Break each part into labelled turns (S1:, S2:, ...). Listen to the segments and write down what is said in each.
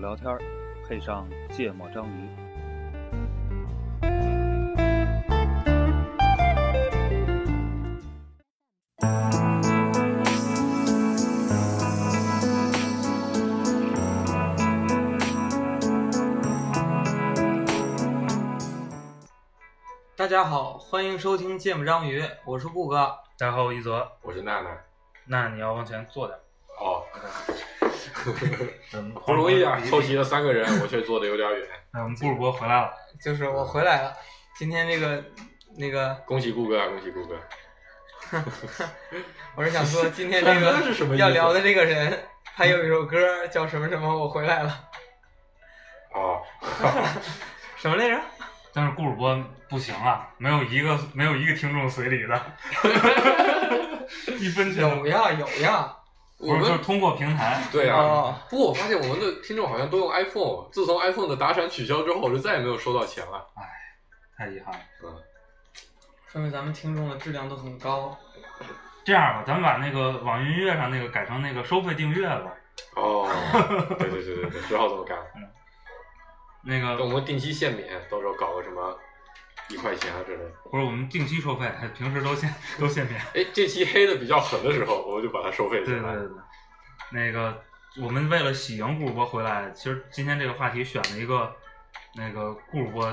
S1: 聊天，配上芥末章鱼。
S2: 大家好，欢迎收听《芥末章鱼》，我是顾哥。
S3: 大家好，我一泽。
S4: 我是娜娜。
S3: 那你要往前坐点儿，
S4: 哦，
S3: 嗯，
S4: 不容易啊，凑齐了三个人，我却坐的有点远。
S3: 哎，我们顾主播回来了，
S2: 就是我回来了，今天这个那个，
S4: 恭喜顾哥啊，恭喜顾哥！
S2: 我是想 说今天这
S4: 刚刚是什么
S2: 个
S4: 意思
S2: 要聊的这个人，他有一首歌叫什么什么，我回来了，
S4: 哦，
S2: 什么来着？
S3: 但是顾主播不行啊，没有一个没有一个听众随礼的，一分钱
S2: 有呀有呀，
S4: 我
S3: 不是
S4: 们
S3: 就是通过平台，
S4: 对啊。
S2: 哦，
S4: 不过我发现我们的听众好像都用 iPhone，自从 iPhone 的打赏取消之后，我就再也没有收到钱了。
S3: 太遗憾了。
S4: 嗯，
S2: 说明咱们听众的质量都很高。
S3: 这样吧，咱们把那个网易音乐上那个改成那个收费订阅吧。
S4: 哦，对对对对对，只好这么干了。
S3: 那
S4: 等我
S3: 个
S4: 们定期限免，到时候搞个什么一块钱啊之类的。
S3: 不是我们定期收费，平时都限都限免。
S4: 哎，这期黑的比较狠的时候，我们就把它收费起
S3: 对对
S4: 来。
S3: 对对，那个我们为了喜迎顾主播回来，其实今天这个话题选了一个那个顾主播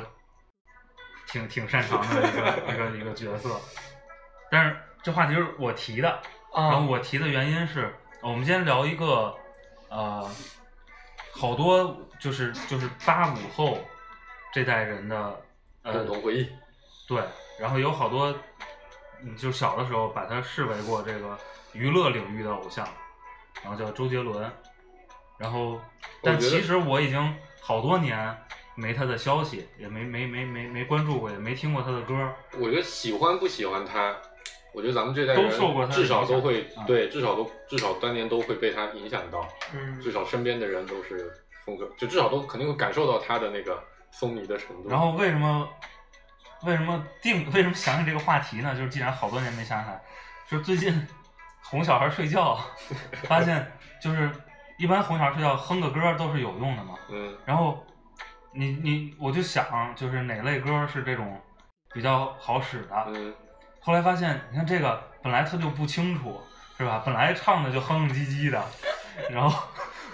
S3: 挺挺擅长的一个一个一个角色，但是这话题是我提的，然后
S2: 啊，
S3: 我提的原因是，我们先聊一个呃，好多就是就是八五后这代人的呃
S4: 共同回忆。
S3: 对，然后有好多，嗯，就小的时候把他视为过这个娱乐领域的偶像，然后叫周杰伦，然后，但
S4: 我觉得
S3: 其实我已经好多年没他的消息，也没没没没没关注过，也没听过他的歌。
S4: 我觉得喜欢不喜欢他，我觉得咱们这代
S3: 都受过
S4: 人
S3: 他的
S4: 至少都会
S3: 影响啊
S4: 对，至少都至少当年都会被他影响到，
S2: 嗯
S4: 至，少身边的人都是风格，就至少都肯定会感受到他的那个风靡的程度。
S3: 然后为什么为什么定为什么想起这个话题呢？就是既然好多年没想起来，就是最近哄小孩睡觉，发现就是一般哄小孩睡觉哼个歌都是有用的嘛。
S4: 嗯，
S3: 然后你你我就想，就是哪类歌是这种比较好使的。
S4: 嗯
S3: 后来发现，你看这个本来他就不清楚，是吧？本来唱的就哼哼唧唧的，然后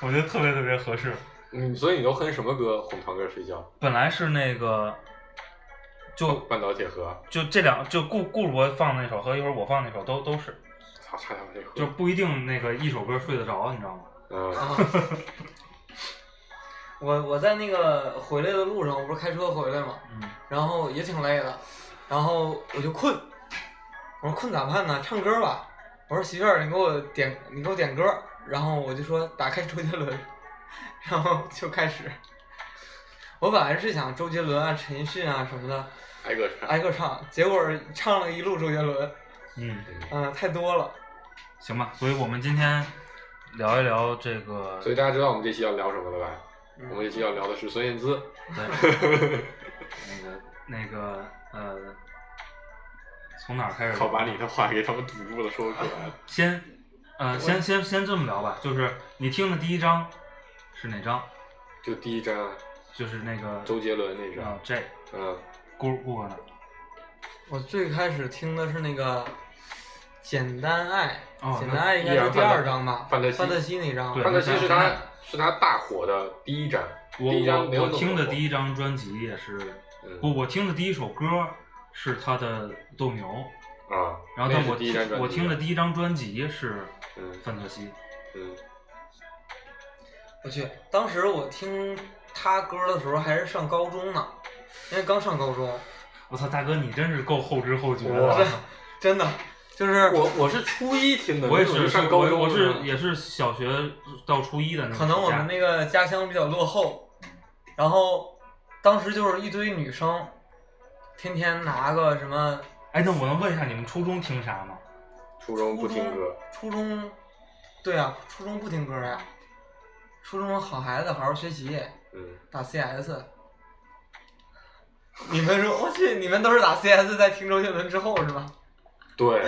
S3: 我觉得特别特别合适。
S4: 嗯，所以你都哼什么歌哄堂哥睡觉？
S3: 本来是那个，就
S4: 半岛铁盒，
S3: 就这两就顾顾主播放的那首和一会儿我放那首都都是，
S4: 操，差点把这喝
S3: 就不一定那个一首歌睡得着，你知道吗？
S4: 嗯
S2: 啊，我我在那个回来的路上，我不是开车回来吗？
S3: 嗯，
S2: 然后也挺累的，然后我就困，我说困咋办呢？唱歌吧。我说媳妇儿，你给我点，你给我点歌。然后我就说打开周杰伦， 然后就开始。我本来是想周杰伦啊、陈奕迅啊什么的
S4: 挨个唱。
S2: 挨个唱，结果唱了一路周杰伦，
S3: 嗯，
S2: 嗯、太多了。
S3: 行吧。所以我们今天聊一聊这个，
S4: 所以大家知道我们这期要聊什么了吧？
S2: 嗯
S4: 我们这期要聊的是孙燕姿。
S3: 对， 嗯那个那个呃，从哪儿开始？
S4: 好，把你的话给他们堵住了，说不出来了。
S3: 先呃先先先这么聊吧，就是你听的第一章是哪章？
S4: 就第一张啊，
S3: 就是那个
S4: 周杰伦那
S3: 啊
S4: 张，
S3: J
S4: 嗯，
S3: 顾顾哥呢？
S2: 我最开始听的是那个《简单爱》，
S3: 哦
S2: 简
S3: 那
S2: 单爱》应该是第二张吧，
S4: 范特西
S2: 范特西那张。
S3: 对
S4: 范特西是
S3: 那
S4: 他
S3: 张
S4: 是他大火的第一张，
S3: 我
S4: 第一张没有
S3: 我我听的第
S4: 一，
S3: 一张专辑也是，不，
S4: 嗯
S3: 哦我听的第一首歌是他的《斗牛》，
S4: 啊，
S3: 然
S4: 那
S3: 后但
S4: 是
S3: 我
S4: 第一张专辑
S3: 听
S4: 啊
S3: 我听的第一张专辑是
S4: 嗯
S3: 范特西，
S4: 嗯，
S2: 我去，当时我听他歌的时候还是上高中呢，因为刚上高中，
S3: 我操，大哥你真是够后知后觉的
S4: 哇。
S2: 真的就是
S4: 我我是初一听的，
S3: 我也
S4: 那会儿
S3: 是
S4: 上高中，
S3: 我是也是小学到初一的那个
S2: 可能我们那个家乡比较落后，然后当时就是一堆女生，天天拿个什么
S3: 哎，那我能问一下你们初中听啥吗？
S4: 初中不听歌，
S2: 初中，对啊，初中不听歌呀、初中好孩子好好学习，
S4: 嗯，
S2: 打 CS。你们说我去，你们都是打 CS 在听周杰伦之后是吧？
S4: 对，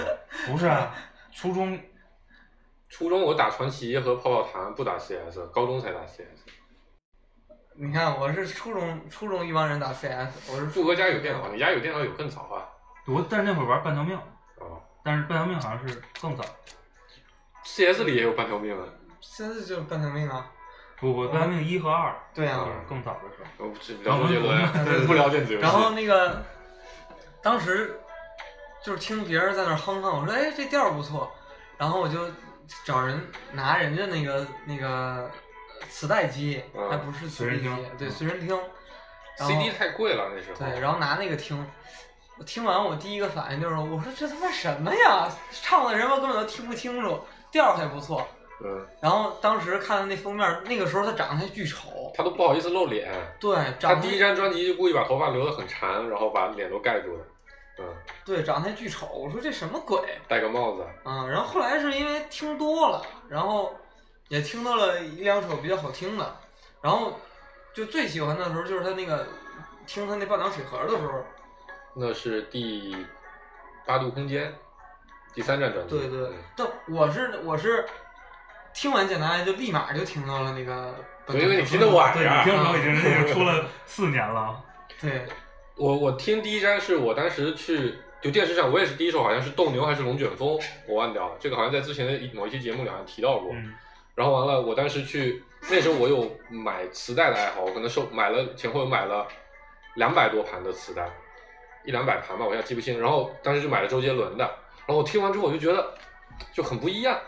S3: 不 是啊，初中
S4: 初中我打传奇和泡泡糖，不打 CS，高中才打 CS，
S2: 你看，我是初中初中一帮人打 CS，我是
S4: 富哥家有电脑，你家有电脑有更早啊？
S3: 我但是那会儿玩半条命，
S4: 哦
S3: 但是半条命好像是更早。
S4: ，CS 里也有半条命啊，
S2: CS 就是半条命啊。
S3: 不不，半条命一和二
S2: 对啊呀、
S4: 嗯
S3: 是更早的时候。
S4: 我不知了解这个
S3: 然后
S2: 对对 对
S4: 不了解这个游戏。
S2: 然后那个当时就是听别人在那儿哼哼，我说哎这调儿不错，然后我就找人拿人家那个那个磁带机，
S4: 嗯
S2: 还不是磁
S3: 啊随
S2: 带
S3: 身
S2: 机
S3: 听，
S2: 对，
S3: 嗯
S2: 随身听。然后
S4: CD 太贵了那时候。
S2: 对，然后拿那个听，我听完我第一个反应就是，我说这他妈什么呀？唱的人们根本都听不清楚，调儿还不错。
S4: 嗯，
S2: 然后当时看的那封面，那个时候他长得还巨丑，
S4: 他都不好意思露脸，
S2: 对，
S4: 他
S2: 长得
S4: 第一张专辑就故意把头发留得很长，然后把脸都盖住了，嗯，
S2: 对长得还巨丑，我说这什么鬼？
S4: 戴个帽子，
S2: 嗯，然后后来是因为听多了，然后也听到了一两首比较好听的，然后就最喜欢的时候就是他那个听他那半岛铁盒的时候，
S4: 那是第八度空间第三张专辑。
S2: 对对
S4: 嗯，
S2: 但我是我是听完简单爱就立马就听到了那个本
S4: 对
S2: 土，
S4: 因为你听得晚啊嗯
S3: 对，
S4: 呀
S3: 你听的时候已经是那个出了四 年了。
S2: 对
S4: 我我听第一张是我当时去就电视上，我也是第一首好像是斗牛还是龙卷风，我忘掉了，这个好像在之前的一某一期节目里好像提到过。
S3: 嗯，
S4: 然后完了，我当时去那时候我有买磁带的爱好，我可能收买了前后有买了两百多盘的磁带，一两百盘吧，我现在记不清。然后当时就买了周杰伦的，然后我听完之后我就觉得就很不一样，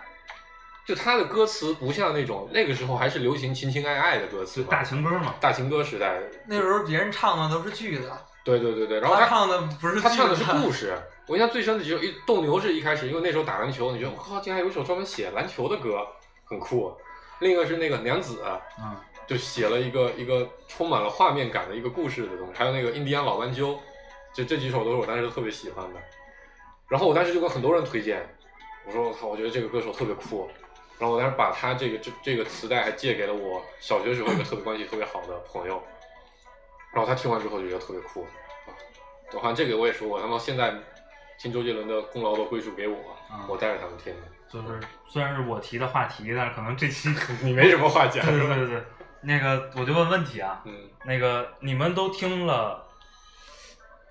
S4: 就他的歌词不像那种那个时候还是流行情情爱爱的歌词
S3: 就
S4: 嘛，
S3: 大情歌嘛。
S4: 大情歌时代，
S2: 那时候别人唱的都是句子，
S4: 对对对对，然后
S2: 他
S4: 他
S2: 唱的不是句子
S4: 他唱的是故事。我印象最深的就是一斗牛是一开始，因为那时候打篮球，你觉得我靠，竟然有一首专门写篮球的歌，很酷。另一个是那个娘子，
S3: 嗯，
S4: 就写了一个一个充满了画面感的一个故事的东西，还有那个印第安老斑鸠，这这几首都是我当时特别喜欢的。然后我当时就跟很多人推荐，我说我靠，我觉得这个歌手特别酷。然后我当时把他这个这这个磁带还借给了我小学时候一个特别关系特别好的朋友，然后他听完之后就觉得特别酷。啊我好像这个我也说过，他们现在听周杰伦的功劳都归属给我，
S3: 嗯
S4: 我带着他们听的。
S3: 就是虽然是我提的话题，但是可能这期
S4: 你没什么话
S3: 对
S4: 讲，
S3: 对对对，那个我就问问题啊，
S4: 嗯，
S3: 那个你们都听了，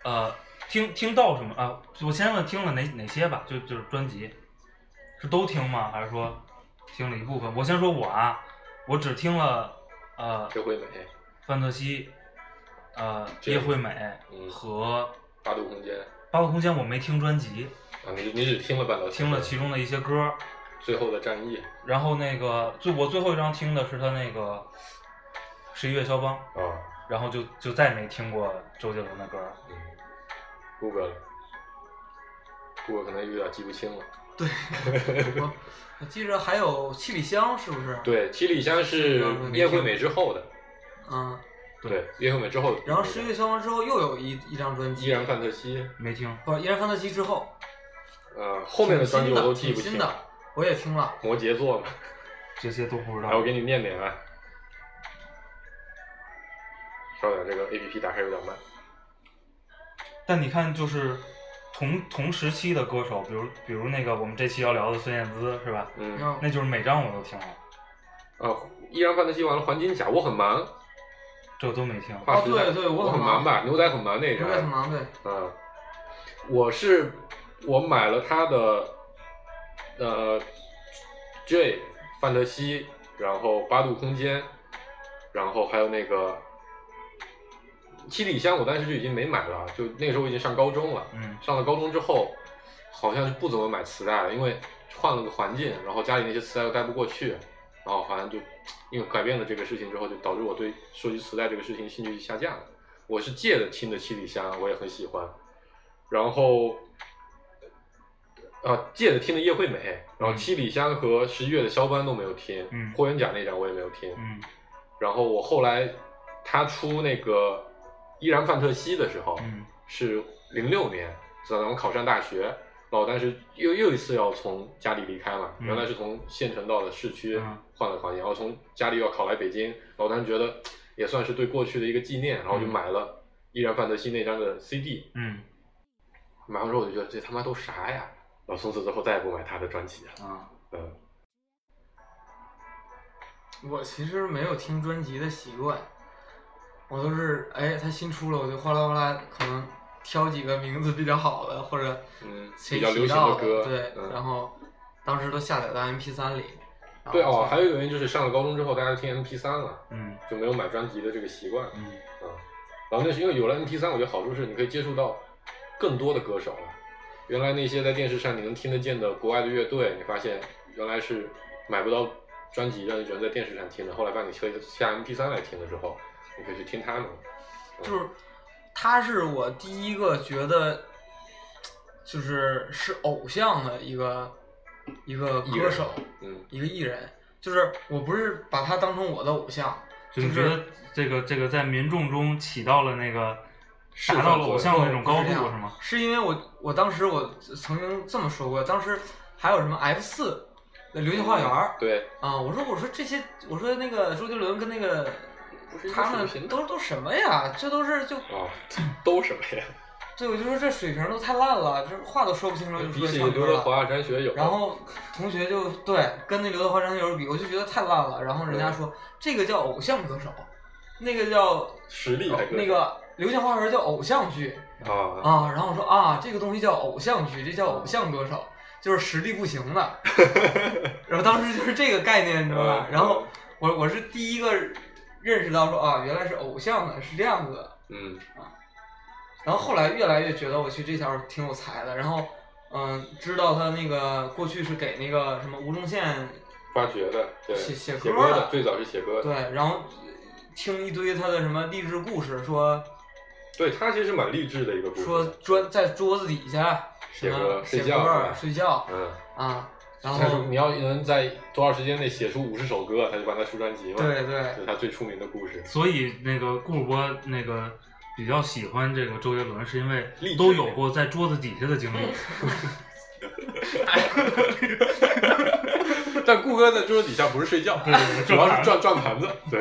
S3: 呃，听听到什么啊？我先问听了哪哪些吧，就就是专辑，是都听吗？还是说听了一部分？我先说我啊，我只听了呃
S4: 这回美，
S3: 范特西，呃
S4: 这
S3: 叶惠美
S4: 嗯
S3: 和
S4: 八度空间。
S3: 八个空间，我没听专辑，
S4: 啊，你你只听了半导体，
S3: 听了其中的一些歌。
S4: 最后的战役
S2: 啊
S3: 然后那个最我最后一张听的是他那个十一月肖邦，
S4: 啊，
S3: 然后就就再没听过周杰伦的歌了。
S4: 嗯，顾哥了，顾哥可能有点记不清了。
S2: 我我记着还有七里香是不是？，
S4: 对，七里香是叶惠美之后的，
S2: 嗯，
S4: 对，叶惠美之后的那个，
S2: 然后十月消亡之后又有一一张专
S4: 依
S2: 辑，
S4: 然范特西，
S3: 没听，
S2: 不是依然范特西之后，
S4: 呃，后面的专辑我都记不
S2: 挺
S4: 清
S2: 新。的，我也听了。
S4: 摩羯座嘛，
S3: 这些都不
S2: 嗯
S3: 知道。
S4: 来，我给你念念啊。稍等，这个 A P P 打开有点慢。
S3: 但你看，就是同同时期的歌手，比如比如那个我们这期要聊的孙燕姿，是吧？
S4: 嗯，
S2: 然后
S3: 那就是每张我都听了，
S4: 啊，依然范特西完了，黄金甲我很忙，
S3: 这我都没听。
S4: 话
S2: 哦
S4: 时代
S2: 对对我
S4: 我
S2: 很
S4: 很
S2: 忙
S4: 忙吧，牛仔很忙那一
S2: 刘
S4: 张，
S2: 在很忙对，
S4: 嗯，我是我买了他的呃 J 范特西，然后八度空间，然后还有那个七里香，我当时就已经没买了，就那个时候我已经上高中了。
S3: 嗯，
S4: 上了高中之后，好像是不怎么买磁带了，因为换了个环境，然后家里那些磁带又带不过去，然后好像就因为改变了这个事情之后，就导致我对收集磁带这个事情兴趣就下降了。我是借着听的《七里香》，我也很喜欢，然后。啊，借着听的叶惠美，然后《
S3: 嗯
S4: 七里香》和十一月的肖邦都没有听，
S3: 嗯
S4: 霍元甲那张我也没有听，
S3: 嗯
S4: 然后我后来他出那个《依然范特西》的时候，
S3: 嗯
S4: 是零六年，知道咱们考上大学，然后当时又又一次要从家里离开嘛，
S3: 嗯
S4: 原来是从县城到了市区
S3: 嗯
S4: 换了环境，然后从家里要考来北京，然后当时觉得也算是对过去的一个纪念，然后就
S3: 嗯
S4: 买了《依然范特西》那张的 CD，
S3: 嗯
S4: 买完之后我就觉得这他妈都啥呀，然后从此之后再也不买他的专辑了，
S3: 啊，
S4: 嗯，
S2: 我其实没有听专辑的习惯，我都是哎，他新出了，我就哗啦哗啦，可能挑几个名字比较好的，或者
S4: 嗯
S2: 谁
S4: 比较流
S2: 提
S4: 行
S2: 到
S4: 的歌
S2: 对，
S4: 嗯
S2: 然后当时都下载到 MP 3里。然后
S4: 对哦，
S2: 就
S4: 还有一个原因就是上了高中之后，大家就听 MP 3了，
S3: 嗯
S4: 就没有买专辑的这个习惯啊。
S3: 嗯
S4: 然后那是因为有了 MP 3我觉得好处是你可以接触到更多的歌手了。原来那些在电视上你能听得见的国外的乐队，你发现原来是买不到专辑的，只能在电视上听的。后来把你推下 MP 3来听了之后，你可以去听他们。
S2: 就是他是我第一个觉得就是是偶像的一个一个
S4: 艺人
S2: 歌手，
S4: 嗯，
S2: 一个艺人。就是我不是把他当成我的偶像，
S3: 就
S2: 就
S3: 你觉
S2: 是
S3: 得这个这个在民众中起到了那个
S4: 示
S3: 达
S4: 范
S3: 到了
S4: 作用
S3: 偶像的那种
S2: 不
S3: 高
S2: 是
S3: 度
S2: 这样
S3: 是吗？
S2: 是因为我我当时我曾经这么说过，当时还有什么 F 四的流星花园儿
S4: 对，
S2: 啊、我说我说这些，我说那个周杰伦跟那个
S4: 不是一个
S2: 他
S4: 水
S2: 们
S4: 平
S2: 都都什么呀？这都是就
S4: 哦，都什么 呀？
S2: 对，我就说这水平都太烂了，这话都说不清楚就
S4: 比
S2: 嗯说
S4: 起
S2: 唱
S4: 刘
S2: 歌
S4: 德
S2: 了。
S4: 华、詹学友，
S2: 然后同学就对跟那刘德华、张学友比，我就觉得太烂了。然后人家说这个叫偶像歌手，那个叫
S4: 实力还可以
S2: 哦那个流星花园叫偶像剧
S4: 啊，
S2: 啊。然后我说啊，这个东西叫偶像剧，这叫偶像歌手，就是实力不行 的。然后当时就是这个概念，你知道吧？
S4: 嗯
S2: 然后我我是第一个认识到说啊，原来是偶像的，是这样子的。
S4: 嗯
S2: 然后后来越来越觉得我去这条儿挺有才的，然后嗯，知道他那个过去是给那个什么吴宗宪
S4: 发掘的，对，
S2: 写写
S4: 写
S2: 歌
S4: 歌的，
S2: 的
S4: 最早是写歌的，
S2: 对，然后听一堆他的什么励志故事，说
S4: 对他其实蛮励志的一个故事，
S2: 说砖在桌子底下什
S4: 写歌
S2: 么
S4: 睡
S2: 写
S4: 觉，
S2: 歌
S4: 对吧
S2: 睡觉
S4: 嗯，
S2: 啊，然
S4: 他说
S2: 后
S4: 你要能在多少时间内写出五十首歌，他就把它出专辑嘛，
S2: 对对
S4: 这是他最出名的故 事，
S3: 所以那个顾主播那个比较喜欢这个周杰伦，是因为
S4: 励志
S3: 都有过在桌子底下的经 历。
S4: 但顾哥在桌子底下不是睡觉，
S3: 对
S4: 主要是转转盘子，对，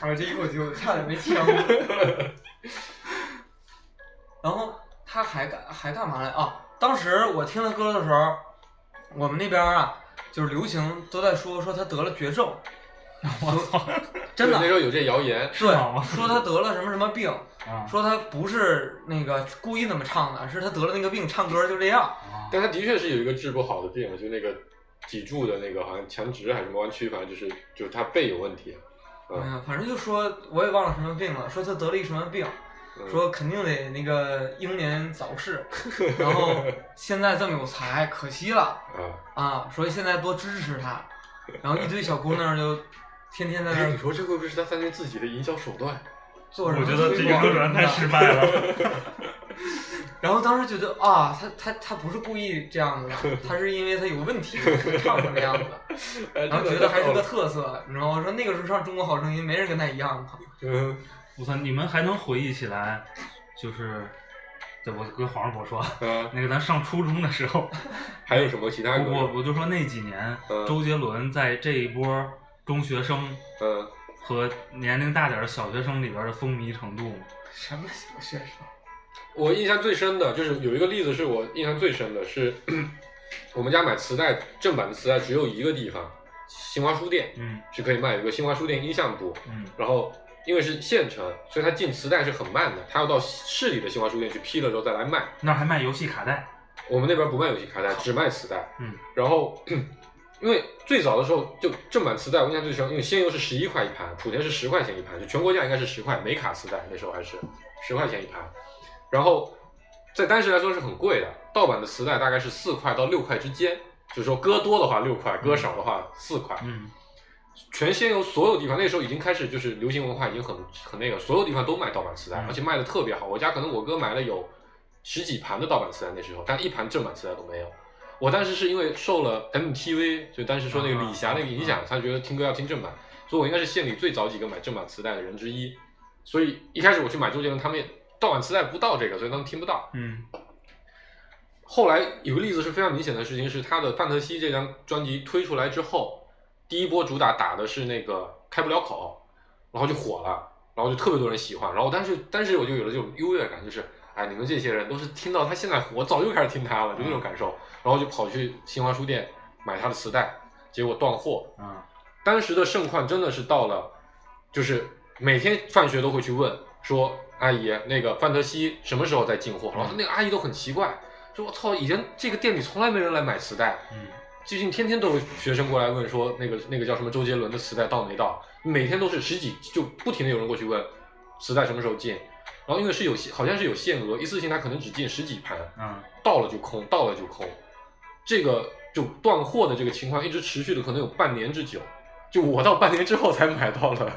S2: 啊，这一口气我差点没呛。然后他还干还干嘛来啊？当时我听他歌的时候，我们那边儿啊，就是流行都在说说他得了绝症，
S3: 我操！
S2: 真的
S4: 那时候有这谣言，
S2: 对
S3: 好吧，
S2: 说他得了什么什么病，
S3: 啊，
S2: 说他不是那个故意那么唱的，是他得了那个病，唱歌就这样。
S3: 啊
S4: 但他的确是有一个治不好的病，就那个脊柱的那个好像强直还是什么弯曲，反正就是就是他背有问题，
S2: 哎
S4: 嗯，
S2: 呀，反正就说我也忘了什么病了，说他得了一什么病，
S4: 嗯
S2: 说肯定得那个英年早逝，然后现在这么有才，可惜了。
S4: 啊。
S2: 啊，所以现在多支持他，然后一堆小姑娘就天天在那
S4: 哎， 你
S2: 儿
S4: 说这会不会是他三年自己的营销手段？
S2: 做什么
S3: 我觉得这
S2: 推
S3: 个
S2: 广
S3: 周
S2: 什
S3: 杰伦
S2: 么
S3: 太
S2: 的
S3: 失败了。
S2: 然后当时觉得啊，他他他不是故意这样子的，他是因为他有问题才唱成那 样子的，
S4: 哎
S2: 然后觉得还是个特色，你知道吗？说那个时候上《中国好声音》，没人跟他一样嘛。
S4: 嗯，
S3: 我操！你们还能回忆起来，就是，对我跟黄世博说，
S4: 啊，
S3: 那个咱上初中的 时候，
S4: 还有什么其他歌
S3: 不
S4: 手？
S3: 过我就说那几年
S4: 嗯，
S3: 周杰伦在这一波中学生
S4: 嗯，
S3: 和年龄大点儿的小学生里边的风靡程度嘛。
S2: 什么小学生？
S4: 我印象最深的就是有一个例子是我印象最深的是， 我们家买磁带正版的磁带只有一个地方，新华书店
S3: 嗯
S4: 是可以卖，有个新华书店音像部，
S3: 嗯
S4: 然后。因为是县城，所以它进磁带是很慢的，它要到市里的新华书店去批了之后再来卖。
S3: 那儿还卖游戏卡带，
S4: 我们那边不卖游戏卡带，只卖磁带。
S3: 嗯，
S4: 然后因为最早的时候就正版磁带，我印象最深，因为仙游是十一块一盘，莆田是十块钱一盘，就全国价应该是十块，美卡磁带那时候还是十块钱一盘。然后在当时来说是很贵的，盗版的磁带大概是四块到六块之间，就是说歌多的话六块，歌少的话四块。
S3: 嗯
S4: 全仙游所有地方那时候已经开始就是流行文化已经很很那个，所有地方都卖盗版磁带，
S3: 嗯
S4: 而且卖的特别好。我家可能我哥买了有十几盘的盗版磁带那时候，但一盘正版磁带都没有。我当时是因为受了 MTV，就当时说那个李霞那个影响，他觉得听歌要听正版，所以我应该是县里最早几个买正版磁带的人之一。所以一开始我去买周杰伦，他们也盗版磁带不到这个，所以他们听不到。
S3: 嗯
S4: 后来有个例子是非常明显的事情，是他的《范特西》这张专辑推出来之后，第一波主打打的是那个开不了口，然后就火了，然后就特别多人喜欢，然后但是但是我就有了这种优越感，就是哎，你们这些人都是听到他现在火，早就开始听他了，就那种感受，然后就跑去新华书店买他的磁带，结果断货，
S3: 啊
S4: 当时的盛况真的是到了，就是每天放学都会去问说阿姨，那个范特西什么时候在进货？然后那个阿姨都很奇怪，说我操，以前这个店里从来没人来买磁带，
S3: 嗯，
S4: 最近天天都有学生过来问说那个那个叫什么周杰伦的磁带到没到，每天都是十几就不停的有人过去问磁带什么时候进，然后因为是有限，好像是有限额，一次性他可能只进十几盘，
S3: 嗯，
S4: 到了就空，到了就空，这个就断货的这个情况一直持续了可能有半年之久。就我到半年之后才买到了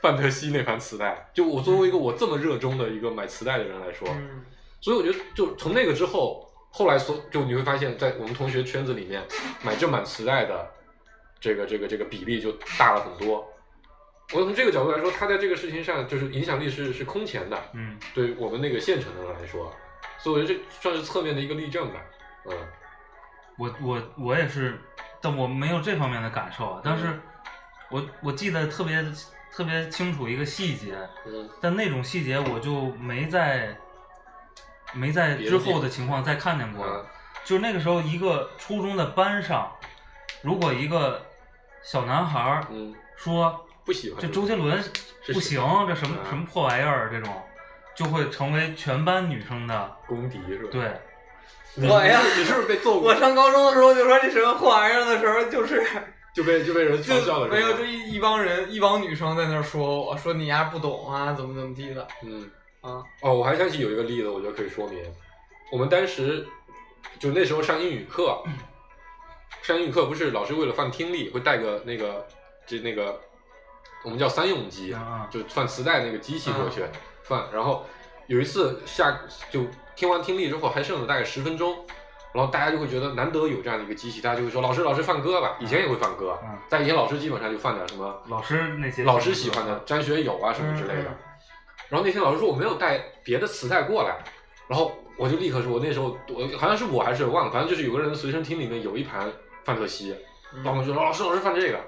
S4: 范特西那盘磁带。就我作为一个我这么热衷的一个买磁带的人来说，
S2: 嗯，
S4: 所以我觉得就从那个之后，后来所就你会发现在我们同学圈子里面买正版磁带的这个这个这个比例就大了很多。我从这个角度来说，它在这个事情上就是影响力是是空前的。
S3: 嗯，
S4: 对于我们那个县城的人来说，所以我觉得这算是侧面的一个例证吧。嗯
S3: 我我我也是，但我没有这方面的感受啊。但是
S4: 嗯
S3: 我我记得特别特别清楚一个细节，
S4: 嗯
S3: 但那种细节我就没在没在
S4: 别的
S3: 之
S4: 地
S3: 后
S4: 方
S3: 的情况再看见过了
S4: 啊。
S3: 就是那个时候，一个初中的班上，如果一个小男孩儿
S4: 嗯，
S3: 说
S4: 不喜欢
S3: 这周杰伦不行，这什么
S4: 啊
S3: 什么破玩意儿，这种就会成为全班女生的
S4: 公敌是吧？，
S3: 对。
S2: 我呀
S4: 你是不是被揍过
S2: 我？上高中的时候就说这什么破玩意儿的时候，就是
S4: 就被就被人嘲
S2: 就
S4: 笑了是吧？
S2: 没有，就一一帮人一帮女生在那儿说我说你丫不懂啊，怎么怎么地的
S4: 嗯。
S2: 啊，
S4: 哦，我还想起有一个例子，我觉得可以说明，我们当时就那时候上英语课，上英语课不是老师为了放听力会带个那个就那个我们叫三用机，
S3: 啊
S4: 就放磁带那个机器过去、放，然后有一次下就听完听力之后还剩了大概十分钟。然后大家就会觉得难得有这样的一个机器，大家就会说老师老师放歌吧。以前也会放歌，
S3: 嗯
S4: 但以前老师基本上就放点什么
S3: 啊老师那些
S4: 老师喜欢的张学友啊什么之类的
S2: 嗯。
S4: 然后那天老师说我没有带别的磁带过来，然后我就立刻说，我那时候我好像是我还是忘了，反正就是有个人随身听里面有一盘范特西，
S2: 嗯
S4: 然后我就说老师老师放这个，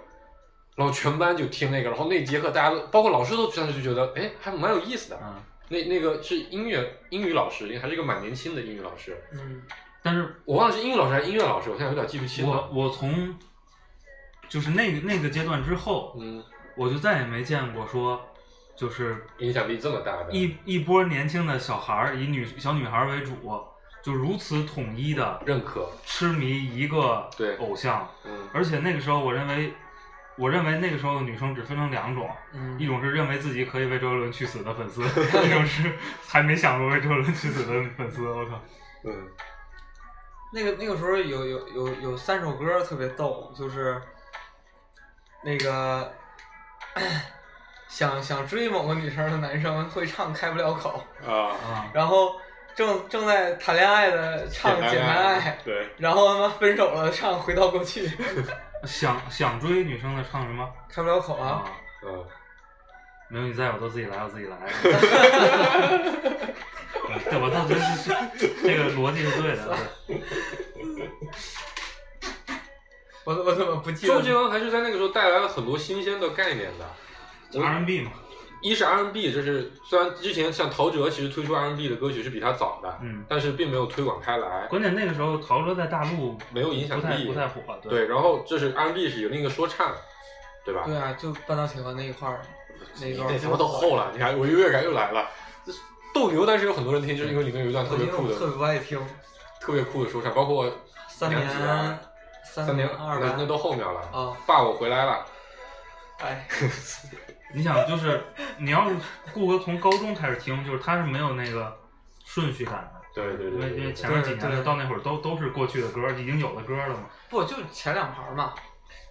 S4: 然后全班就听那个，然后那节课大家都包括老师都当时就觉得哎还蛮有意思的。
S3: 嗯，
S4: 那那个是音乐英语老师，还是一个蛮年轻的英语老师，
S2: 嗯
S3: 但是
S4: 我忘了是英语老师还是音乐老师，我现在有点记不清
S3: 我
S4: 了。
S3: 我从就是那个那个阶段之后，
S4: 嗯，
S3: 我就再也没见过说就是
S4: 影响力这么大的，
S3: 一一波年轻的小孩儿以女小女孩儿为主，就如此统一的
S4: 认可，
S3: 痴迷一个
S4: 对
S3: 偶像，
S4: 嗯
S3: 而且那个时候我认为。我认为那个时候的女生只分成两种，
S2: 嗯，
S3: 一种是认为自己可以为周杰伦去死的粉丝，一种是还没想过为周杰伦去死的粉丝。我靠，
S4: 嗯
S2: 那个那个时候有有有有三首歌特别逗，就是那个 想想追某个女生的男生会唱开不了口，
S4: 啊，
S3: 啊，
S2: 然后正正在谈恋爱的唱简单啊爱，
S4: 对，
S2: 然后他妈分手了唱回到过去，
S3: 想想追女生的唱什么
S2: 开不了口啊，
S3: 啊？
S4: 嗯。
S3: 没有你在我都自己来，我自己来。 对，我倒觉得是是这个逻辑是对的。对
S2: 我我怎么不记得？
S4: 周杰伦还是在那个时候带来了很多新鲜的概念的。
S3: R&B 嘛，
S4: 一是 R&B，就是虽然之前像陶喆其实推出 R&B 的歌曲是比他早的，
S3: 嗯，
S4: 但是并没有推广开来，
S3: 关键那个时候陶喆在大陆
S4: 没有影响
S3: 不太
S4: 力
S3: 不太火，
S4: 对。然后这是 R&B 是有另一个说唱，对吧？
S2: 对啊，就半导体和那一块儿那一段
S4: 那什么都厚了，你看我优越感又来了。这是斗牛，但是有很多人听，就是因为里面有一段特别酷
S2: 我特
S4: 的、
S2: 别不爱听，
S4: 特别酷的说唱，包括
S2: 三
S4: 年
S2: 年
S4: 几啊三
S2: 年
S4: 年
S2: 二
S4: 那
S2: 班
S4: 那都后面了。
S2: 啊，
S4: 爸，我回来了。
S2: 哎，
S3: 你想就是你要是顾哥从高中开始听，就是他是没有那个顺序感的。
S4: 对对对
S3: 因为
S4: 对
S3: 因为
S4: 对
S3: 前面几
S2: 对
S3: 年
S2: 对
S3: 到那会儿都都是过去的歌，已经有的歌了嘛。
S2: 不就前两盘嘛，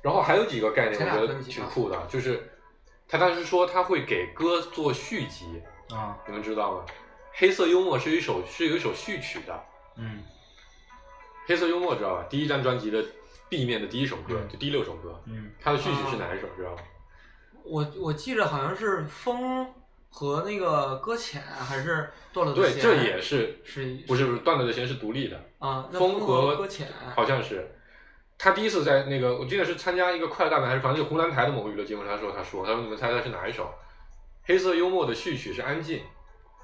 S4: 然后还有几个概念，
S2: 前
S4: 我
S2: 两
S4: 觉得
S2: 专辑
S4: 挺
S2: 吧
S4: 酷的，就是他当时说他会给歌做续集，
S3: 啊，
S4: 你们知道吗？黑色幽默是一首是有一首序曲的，
S3: 嗯
S4: 黑色幽默知道吧？第一张专辑的 B 面的第一首歌，
S3: 嗯
S4: 就第六首歌，
S3: 嗯，
S4: 它的序曲是哪一首？知道吗？
S2: 我我记着好像是风和那个搁浅还是断了的
S4: 对，
S2: 弦
S4: 这也是
S2: 是一
S4: 不是不是断了的弦是独立的，
S2: 啊，那
S4: 风
S2: 和
S4: 和
S2: 搁浅啊
S4: 好像是。他第一次在那个，我记得是参加一个快乐大本营还是反正是湖南台的某个娱乐节目，他说他说他说你们猜猜是哪一首？黑色幽默的序曲是《安静》，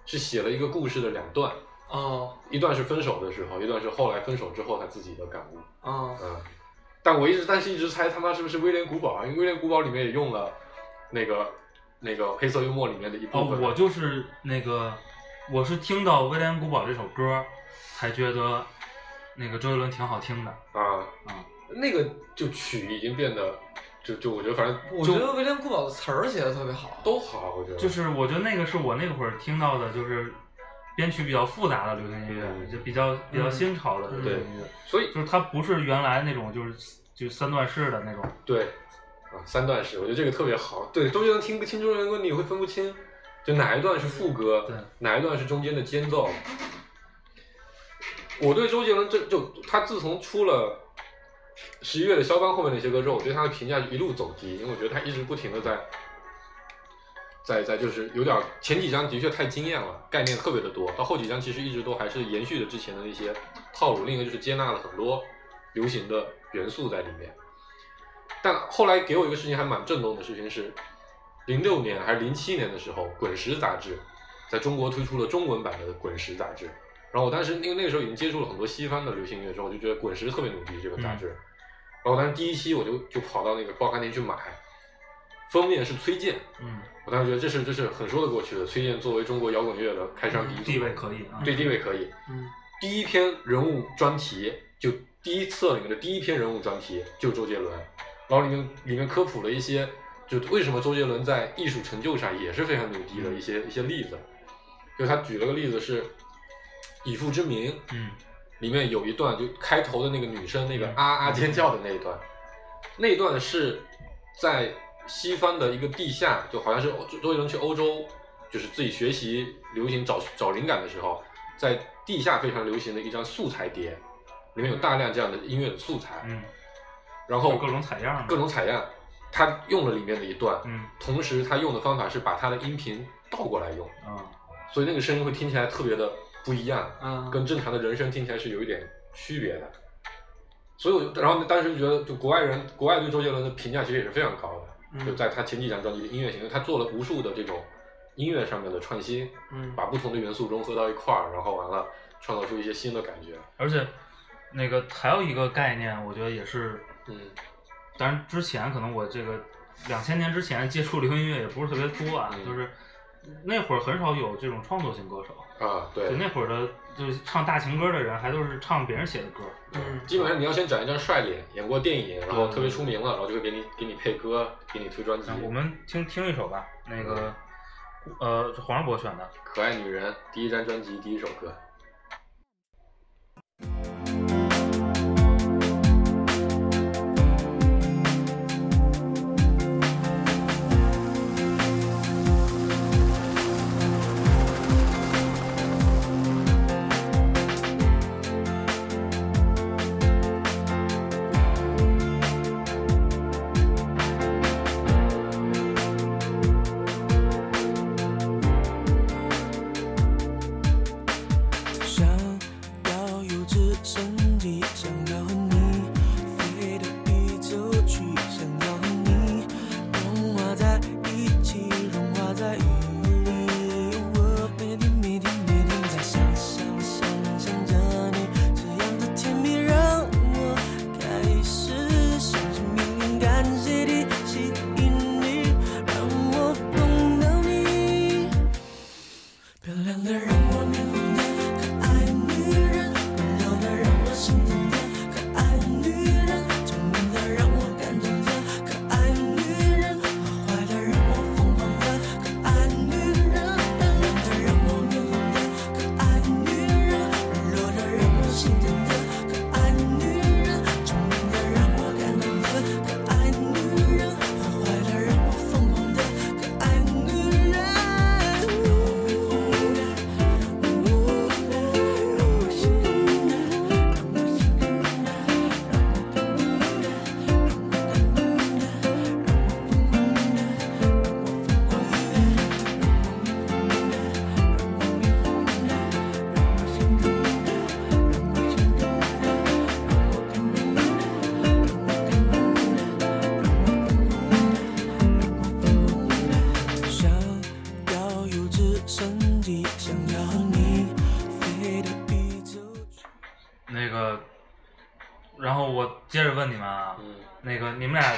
S4: 是写了一个故事的两段，
S2: 哦
S4: 一段是分手的时候，一段是后来分手之后他自己的感悟。
S2: 哦
S4: 嗯，啊但我一直但是一直猜他妈是不是威廉古堡啊？因为威廉古堡里面也用了那个那个黑色幽默里面的一
S3: 哦，
S4: 部分。
S3: 我就是那个，我是听到《威廉古堡》这首歌，才觉得那个周杰伦挺好听的。
S4: 啊，
S3: 嗯
S4: 那个就曲已经变得，就就我觉得反正
S2: 我觉得威廉古堡的词儿写的特别好，
S4: 都好，我觉得
S3: 就是我觉得那个是我那会儿听到的，就是编曲比较复杂的流行音乐，
S4: 嗯
S3: 就比较比较新潮的流行音乐，
S4: 所以
S3: 就是它不是原来那种就是就三段式的那种。
S4: 对啊，三段式，我觉得这个特别好。对，周杰伦听听周杰伦歌，你会分不清，就哪一段是副歌，
S3: 对，
S4: 哪一段是中间的间奏。我对周杰伦这就他自从出了十一月的肖邦后面那些歌之后，我对他的评价一路走低，因为我觉得他一直不停的在在在就是有点儿前几章的确太惊艳了，概念特别的多，到后几章其实一直都还是延续着之前的那些套路，另一个就是接纳了很多流行的元素在里面。但后来给我一个事情还蛮震动的事情是，零六年还是零七年的时候，《滚石》杂志在中国推出了中文版的《滚石》杂志。然后我当时因为那个时候已经接触了很多西方的流行音乐之后，我就觉得《滚石》特别牛逼这个杂志。然后我当时第一期我就就跑到那个报刊店去买，封面是崔健，
S3: 嗯，
S4: 我当时觉得这是这是很说得过去的。崔健作为中国摇滚乐的开山鼻祖，
S3: 嗯地位可以啊。
S4: 对地位可以。
S2: 嗯，
S4: 第一篇人物专题，就第一册里面的第一篇人物专题就周杰伦，然后里面里面科普了一些，就为什么周杰伦在艺术成就上也是非常牛逼
S3: 嗯
S4: 的一些一些例子。就他举了个例子是《以父之名》，
S3: 嗯，
S4: 里面有一段就开头的那个女生那个
S3: 嗯
S4: 啊啊尖叫的那一段，那一段是在西方的一个地下，就好像是欧周周杰伦去欧洲，就是自己学习流行找找灵感的时候，在地下非常流行的一张素材碟，里面有大量这样的音乐的素材，
S3: 嗯，
S4: 然后
S3: 有各种采样嘛
S4: 各种采样，他用了里面的一段，
S3: 嗯
S4: 同时他用的方法是把他的音频倒过来用，
S3: 啊，
S4: 所以那个声音会听起来特别的不一样，
S2: 嗯，
S4: 跟正常的人声听起来是有一点区别的。所以我就，然后当时就觉得，就国外人，国外对周杰伦的评价其实也是非常高的，
S2: 嗯
S4: 就在他前几张专辑的音乐型，他做了无数的这种音乐上面的创新，
S2: 嗯
S4: 把不同的元素融合到一块儿，然后完了创造出一些新的感觉。
S3: 而且那个还有一个概念，我觉得也是
S4: 嗯
S3: 当然之前可能我这个两千年之前接触流行音乐也不是特别多啊，
S4: 嗯
S3: 就是那会儿很少有这种创作型歌手，
S4: 啊，对
S3: 就，那会儿的就是唱大情歌的人还都是唱别人写的歌，
S2: 嗯
S4: 基本上你要先长一张帅脸，演过电影，然后
S3: 对
S4: 特别出名了，然后就会给你给你配歌，给你推专辑。
S3: 嗯我们听听一首吧，那个呃是黄世博选的，
S4: 可爱女人第一张专辑第一首歌，
S5: 想要有直升机，想要和你飞到宇宙去，想要和你融化在一起，融化在雨里。我每天每天每天在想想想想着你，这样的甜蜜让我开始相信命运，感谢你吸引你，让我碰到你。漂亮的让我面红的可爱女人，温柔的让我心疼的可爱女人，聪明的让我感动的可爱女人，坏坏的让我疯狂的可爱女人，漂亮的让我面红的可爱女人，温柔的让我心疼的可爱女人，聪明的让我感动的可爱女人，坏坏的让我疯狂的可爱女人。想要有直升机，想要和你飞到宇宙。
S3: 那个，然后我接着问你们啊，
S4: 嗯，
S3: 那个你们俩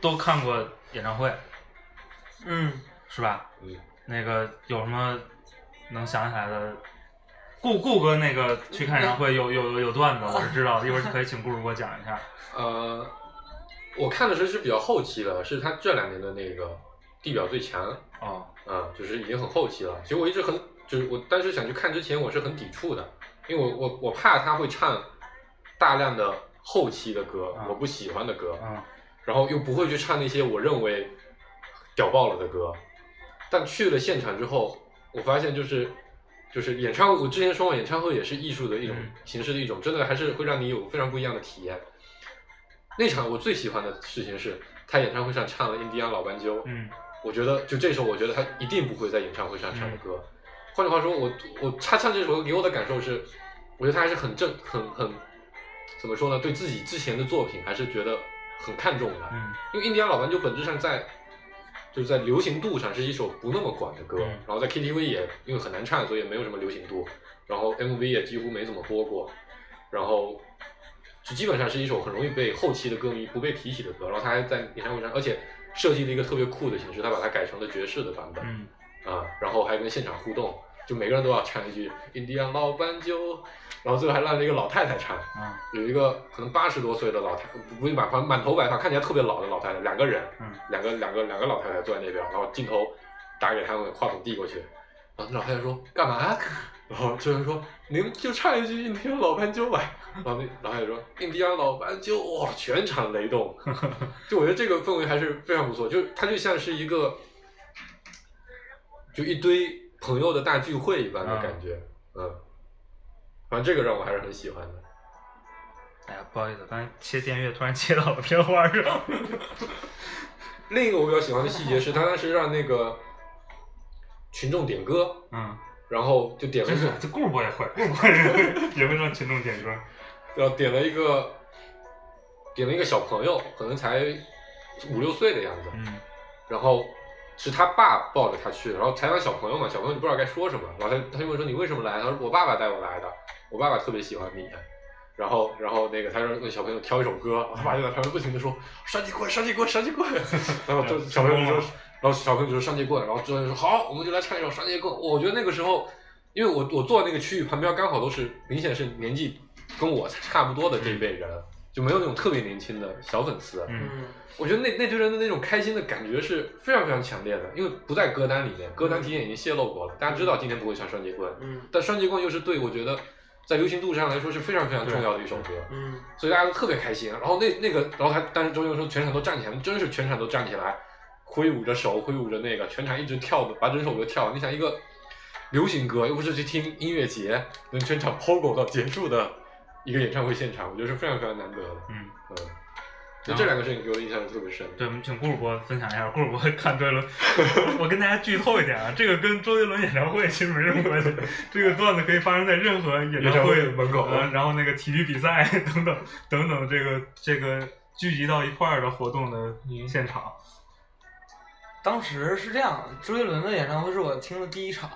S3: 都看过演唱会，
S2: 嗯，
S3: 是吧？
S4: 嗯，
S3: 那个有什么能想起来的？顾顾哥那个去看演唱会有有有有段子，我是知道的，一会儿可以请顾主给我讲一下。
S4: 呃，我看的时候是比较后期了，是他这两年的那个地表最强，
S3: 哦，
S4: 啊，就是已经很后期了。其实我一直很，就是我当时想去看之前，我是很抵触的，因为我我我怕他会唱大量的后期的歌，
S3: 啊
S4: 我不喜欢的歌，
S3: 嗯，
S4: 然后又不会去唱那些我认为屌爆了的歌。但去了现场之后，我发现就是就是演唱会，我之前说过，演唱会也是艺术的一种
S3: 嗯
S4: 形式的一种，真的还是会让你有非常不一样的体验。那场我最喜欢的事情是他演唱会上唱了《印第安老斑鸠》，
S3: 嗯，
S4: 我觉得就这首，我觉得他一定不会在演唱会上唱的
S3: 嗯
S4: 歌。换句话说，我我他唱这首歌给我的感受是，我觉得他还是很正，很很怎么说呢？对自己之前的作品还是觉得很看重的。
S3: 嗯，
S4: 因为印第安老斑鸠本质上在就是在流行度上是一首不那么管的歌，
S3: 嗯
S4: 然后在 KTV 也因为很难唱，所以也没有什么流行度，然后 MV 也几乎没怎么播过，然后就基本上是一首很容易被后期的歌迷不被提起的歌，然后他还在演唱会上，而且设计了一个特别酷的形式，他把它改成了爵士的版本，
S3: 嗯，
S4: 啊，然后还跟现场互动，就每个人都要唱一句“印第安老斑鸠”，然后最后还让一个老太太唱，
S3: 啊，
S4: 有一个可能八十多岁的老太，不不是满反满头白发，看起来特别老的老太太，两个人，
S3: 嗯
S4: 两个两个两个老太太坐在那边，然后镜头打给他们，话筒递过去，然后那老太太说干嘛？啊 然后这人说您就唱一句《印第安老斑鸠》吧。然后那老太太说《印第安老斑鸠》，哇，全场雷动。就我觉得这个氛围还是非常不错，就是它就像是一个就一堆朋友的大聚会一般的感觉，嗯，反正这个让我还是很喜欢的。
S3: 哎呀，不好意思，刚才切电乐突然切到了片花上。
S4: 另一个我比较喜欢的细节是，他当时让那个群众点歌，
S3: 嗯，
S4: 然后就点了
S3: 真
S4: 一
S3: 是
S4: 首，
S3: 这顾波也会，顾波也会也会让群众点歌。
S4: 然后点了一个点了一个小朋友，可能才五六岁的样子，
S3: 嗯
S4: 然后是他爸抱着他去的，然后采访小朋友嘛，小朋友你不知道该说什么，然后他他就问说你为什么来？他说我爸爸带我来的，我爸爸特别喜欢你。然后，然后那个他说问小朋友挑一首歌，他爸就在旁边不停的说上节棍，上节棍，上节棍。然后就小朋友就说，然后小朋友就说上节棍，然后之后就说好，我们就来唱一首上节棍。我觉得那个时候，因为我我坐那个区域旁边刚好都是明显是年纪跟我差不多的这一辈人，就没有那种特别年轻的小粉丝。
S3: 嗯
S2: 嗯，
S4: 我觉得那那堆人的那种开心的感觉是非常非常强烈的，因为不在歌单里面，歌单提前已经泄露过了，大家知道今天不会唱《双截棍》，
S2: 嗯
S4: 但《双截棍》又是对我觉得在流行度上来说是非常非常重要的一首歌，
S2: 嗯
S4: 所以大家都特别开心。然后那那个，然后他当时周杰伦说全场都站起来，真是全场都站起来，挥舞着手，挥舞着那个，全场一直跳的，把整首歌跳。你想一个流行歌，又不是去听音乐节，能全场 POGO 到结束的一个演唱会现场，我觉得是非常非常难得的。
S3: 嗯，
S4: 嗯，就这两个事情给我的印象是特别深的。
S3: 对，我们请顾波分享一下，顾波看周杰伦。我跟大家剧透一点啊，这个跟周杰伦演唱会其实没什么关系，这个段子可以发生在任何演唱
S4: 演
S3: 会
S4: 唱会门口
S2: 嗯
S3: 呃然后那个体育比赛等等等等，这个这个聚集到一块儿的活动的现场。
S2: 当时是这样，周杰伦的演唱会是我听的第一场，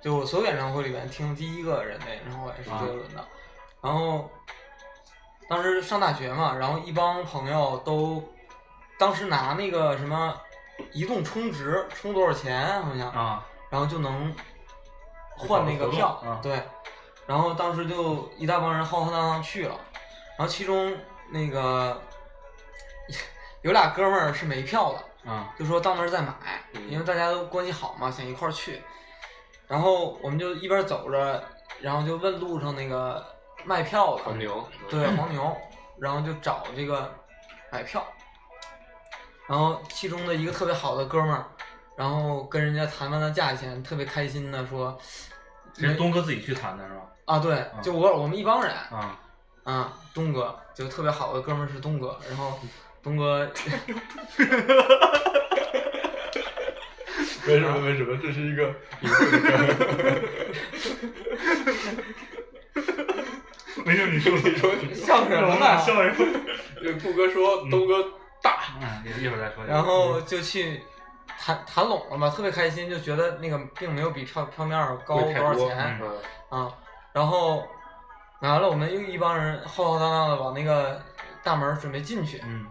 S2: 就我所有演唱会里边听的第一个人的演唱会是
S3: 啊
S2: 周杰伦的。然后当时上大学嘛，然后一帮朋友都当时拿那个什么移动充值，充多少钱好像，
S3: 啊，
S2: 然后就能换那个
S3: 搞
S2: 票
S3: 活动啊，
S2: 对。然后当时就一大帮人浩浩荡荡去了，然后其中那个 有俩哥们儿是没票的。
S3: 啊，
S2: 就说到那儿再买，
S4: 嗯
S2: 因为大家都关系好嘛，想一块儿去。然后我们就一边走着，然后就问路上那个卖票的，
S4: 黄牛，
S2: 对 黄牛，然后就找这个买票。然后其中的一个特别好的哥们儿，然后跟人家谈完了价钱，特别开心的说
S3: 其实东哥自己去谈的是吧？
S2: 啊，对，
S4: 嗯
S2: 就我我们一帮人
S3: 啊，
S2: 啊，东哥就特别好的哥们儿是东哥，然后东哥。
S4: 没什么没什么，这是一个隐晦的梗
S3: 没事，你说你说你
S2: 笑什么呢
S3: 笑什么？
S4: 因为顾哥说
S2: 嗯
S4: 东哥大，
S3: 嗯，一会儿再说。
S2: 然
S4: 嗯
S2: 后就去谈谈拢了嘛，特别开心，就觉得那个并没有比票票面儿高多
S4: 贵太
S2: 少
S4: 多
S2: 钱、
S4: 嗯，
S2: 啊。然后买完了，我们又一帮人浩浩荡荡的往那个大门儿准备进去，
S3: 嗯，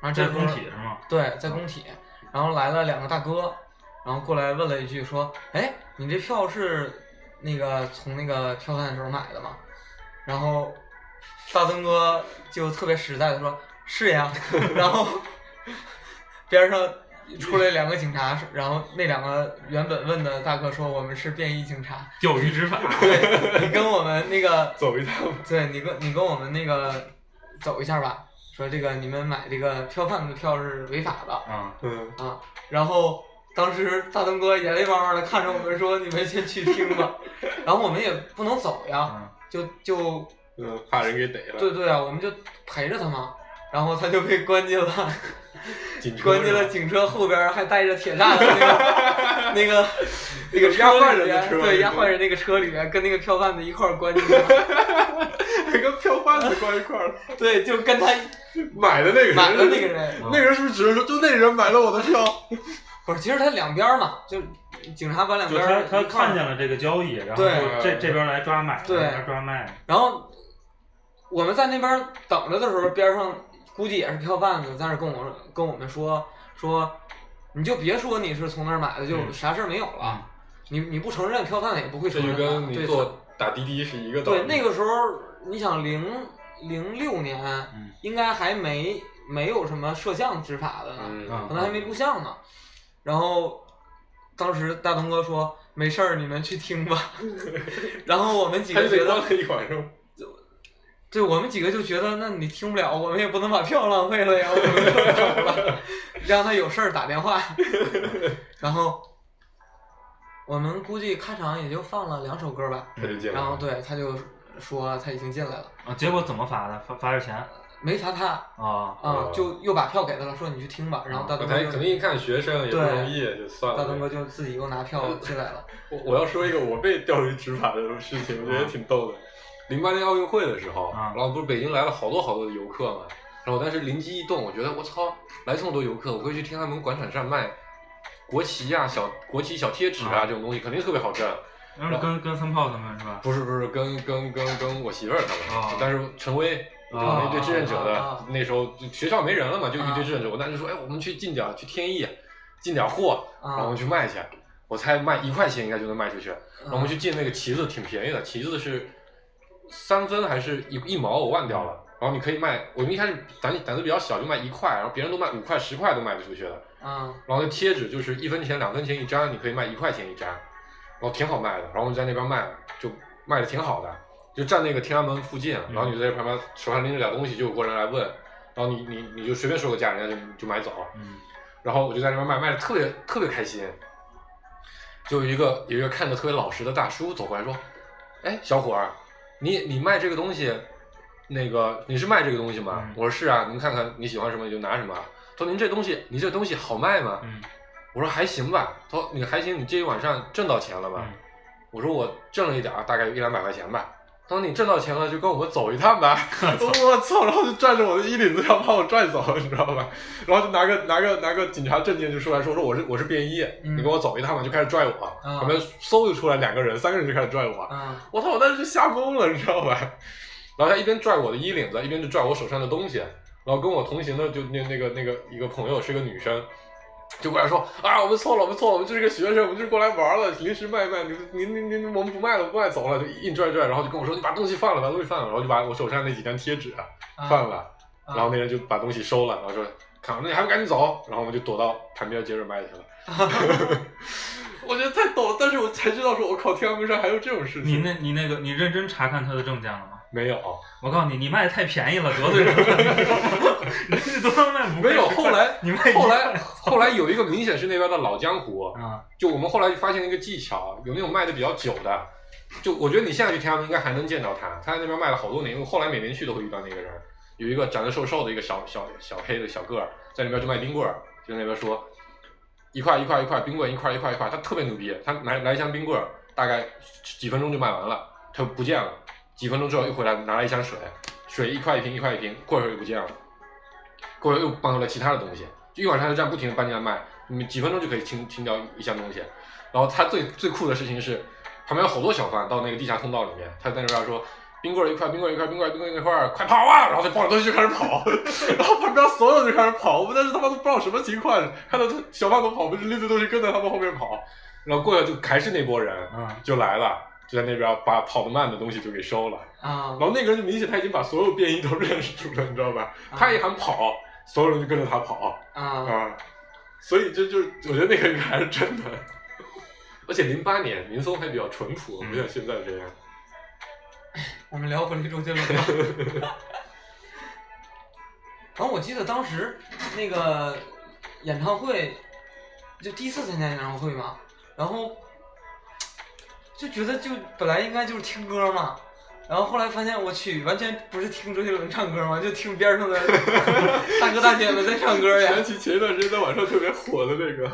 S2: 然后这
S3: 这
S2: 时
S3: 工
S2: 候
S3: 体是吗？
S2: 对，在工体，然后来了两个大哥，然后过来问了一句说：“哎，你这票是那个从那个票贩的时候买的吗？”然后大曾哥就特别实在的说：“是呀。”然后边上出来两个警察，然后那两个原本问的大哥说：“我们是便衣警察，
S3: 钓鱼执法，
S2: 对你跟我们那个
S4: 走一趟吧。
S2: 对你跟你跟我们那个走一下吧，说这个你们买这个票贩子的票是违法的
S3: 啊，
S4: 嗯，
S2: 啊。然后当时大东哥眼泪汪汪的看着我们说：“你们先去听吧。”然后我们也不能走呀，
S3: 嗯，
S2: 就就
S4: 嗯，怕人给逮了，
S2: 对对啊，我们就陪着他嘛。然后他就被关进了，
S4: 紧车
S2: 关进了警车后边儿，还带着铁栅的那个那个那个
S4: 压坏
S2: 车里
S4: 人的
S2: 边，
S4: 车
S2: 对，
S4: 是
S2: 压
S4: 吧
S2: 坏人那个车里边，跟那个票贩子一块儿关进去了。
S4: 还跟票贩子关一块儿了，
S2: 对，就跟他
S4: 买的那个人，嗯
S2: 买了那个， 人，
S4: 那人是不是只是说就那人买了我的票？
S2: 不是，其实他两边儿嘛，就警察把两
S3: 就
S2: 边
S3: 他
S2: 儿
S3: 他
S2: 一块儿
S3: 看见了这个交易，然后
S2: 对
S3: 这这边来抓买，
S2: 对
S3: 那边抓卖，
S2: 然后我们在那边儿等着的时候，边上估计也是票贩子在那儿跟我们跟我们说说，你就别说你是从那儿买的，就
S3: 嗯
S2: 啥事儿没有了。
S3: 嗯
S2: 你你不承认，票贩子也不会
S4: 这
S2: 承
S4: 就
S2: 认
S4: 跟
S2: 的。
S4: 你
S2: 对
S4: 坐打滴滴是一个道理。
S2: 对，那个时候你想零零六年，
S3: 嗯
S2: 应该还没没有什么摄像执法的呢。
S4: 嗯
S3: 嗯
S2: 可能还没录像呢。然后当时大东哥说：“没事儿，你们去听吧。” 然后我们几
S4: 他
S2: 个
S4: 就
S2: 觉
S4: 得关
S2: 得，
S4: 了一晚上。
S2: 对我们几个就觉得，那你听不了，我们也不能把票浪费了呀，我们就走了， 让他有事儿打电话。 然后我们估计开场也就放了两首歌吧，
S4: 他就进来了。
S2: 然后对他就说他已经进来了，
S3: 啊，结果怎么罚的？罚罚点钱
S2: 没罚他
S3: 啊？
S2: 啊、
S4: 哦
S2: 就又把票给他了，说你去听吧。然后大
S4: 那
S2: 东
S4: 他
S2: 哥
S4: 肯定一
S2: 就
S4: 看学生也不容易，就呃算了。
S2: 大东哥就自己又拿票进来了。
S4: 我我要说一个我被钓鱼执法的事情，我觉得挺逗的。零八年奥运会的时候，
S3: 啊
S4: 然后不是北京来了好多好多的游客嘛，然后我当时灵机一动，我觉得我操，来这么多游客，我会去天安门广场上卖国旗呀、小国旗小贴纸啊
S3: 啊
S4: 这种东西，肯定特别好赚。
S3: 然后跟跟三炮他们是吧？
S4: 不是不是，跟跟跟跟我媳妇儿他们，
S3: 啊
S4: 但是陈威。
S3: 啊
S4: 然后一堆志愿者的，
S2: 啊啊
S4: 那时候就学校没人了嘛，就一
S2: 啊
S4: 堆志愿者。我当时说，哎，我们去进点儿去天意，进点儿货，
S2: 啊啊
S4: 然后我们去卖去。我猜卖一块钱应该就能卖出去。然后我们
S2: 就
S4: 去进那个旗子，挺便宜的，旗子是三分还是一一毛，我忘掉了。然后你可以卖，我们一开始胆胆子比较小，就卖一块，然后别人都卖五块、十块都卖不出去的。
S2: 嗯
S4: 然后那贴纸就是一分钱、两分钱一张，你可以卖一块钱一张，然后挺好卖的。然后我们在那边卖，就卖的挺好的，就站那个天安门附近，然后你在这旁边手上拎着点东西，就有过人来问，然后你你你就随便说个价，人家就就买走。
S3: 嗯
S4: 然后我就在那边卖，卖的特别特别开心。就有一个有一个看着特别老实的大叔走过来说：“哎，小伙儿，你你卖这个东西，那个你是卖这个东西吗？”
S3: 嗯
S4: 我说：“是啊，您看看你喜欢什么你就拿什么。”他说：“您这东西，你这东西好卖吗？”
S3: 嗯
S4: 我说：“还行吧。”他说：“你还行，你这一晚上挣到钱了吗？”
S3: 嗯
S4: 我说：“我挣了一点儿，大概有一两百块钱吧。”他说：“你挣到钱了就跟我们走一趟吧。”我操！然后就拽着我的衣领子要把我拽走，你知道吧？然后就拿个拿个拿个警察证件就出来说说我是我是便衣，
S2: 嗯
S4: 你跟我走一趟吧，就开始拽我。旁边嗖就出来两个人，三个人就开始拽我。
S2: 嗯
S4: 我操！我当时就吓懵了，你知道吧？然后他一边拽我的衣领子，一边就拽我手上的东西。然后跟我同行的就那那个那个一个朋友是个女生，就过来说啊，我们错了，我们错了，我们就是个学生，我们就是过来玩了，临时卖一卖，你们您您您我们不卖了，不卖走了，就硬拽拽，然后就跟我说你把东西放了，把东西放了，然后就把我手上那几张贴纸啊
S2: 啊
S4: 放了，
S2: 啊
S4: 然后那人就把东西收了，然后说看，那你还不赶紧走？然后我们就躲到旁边接着卖去了。我觉得太逗了，但是我才知道说，我靠，天安门上还有这种事情。
S3: 你那你那个你认真查看他的证件了吗？
S4: 没有，
S3: 我告诉你，你卖的太便宜了，得罪人了。 你这多少卖五块
S4: 没有。
S3: 十块
S4: 后来
S3: 你卖一块
S4: 后来 后来有一个明显是那边的老江湖，
S3: 啊，
S4: 就我们后来就发现了一个技巧，有那种卖的比较久的，就我觉得你现在去天安门应该还能见到他，他在那边卖了好多年，因为后来每年去都会遇到那个人，有一个长得瘦瘦的一个小小小黑的小个儿，在那边就卖冰棍儿，就在那边说一块一块一块冰棍一块一块一块，他特别牛逼，他来来一箱冰棍儿，大概几分钟就卖完了，他不见了，几分钟之后又回来拿了一箱水，水一块一瓶一块一瓶，过一会儿又不见了，过一会儿又搬回来其他的东西，就一晚上就这样不停的搬进来卖，你几分钟就可以清清掉一箱东西。然后他最最酷的事情是，旁边有好多小贩到那个地下通道里面，他在那边说：“冰棍儿一块，冰棍儿一块，冰棍儿冰棍儿一块儿，快跑啊！然后就抱着东西就开始跑， 然后旁边所有人就开始跑，我们当时他妈都不知道什么情况，看到他小贩都跑，我们就拎着东西跟在他们后面跑，然后过去就还是那波人
S3: 嗯，
S4: 就来了，就在那边把跑得慢的东西就给收了，
S2: 啊
S4: 然，后那个人就明显他已经把所有变异都认识住了，你知道吧？他一喊跑，所有人就跟着他跑啊、
S2: 啊，
S4: 所以这就我觉得那个应该还是真的，而且零八年民松还比较淳朴，不像现在这样。
S2: 我们聊回了周杰伦吧。 然后我记得当时那个演唱会，就第一次参加演唱会嘛，然后就觉得就本来应该就是听歌嘛，然后后来发现我去完全不是听周杰伦唱歌嘛，就听边上的 大哥大姐们在唱歌
S4: 想
S2: 呀。
S4: 起前一段时间在网上特别火的那个，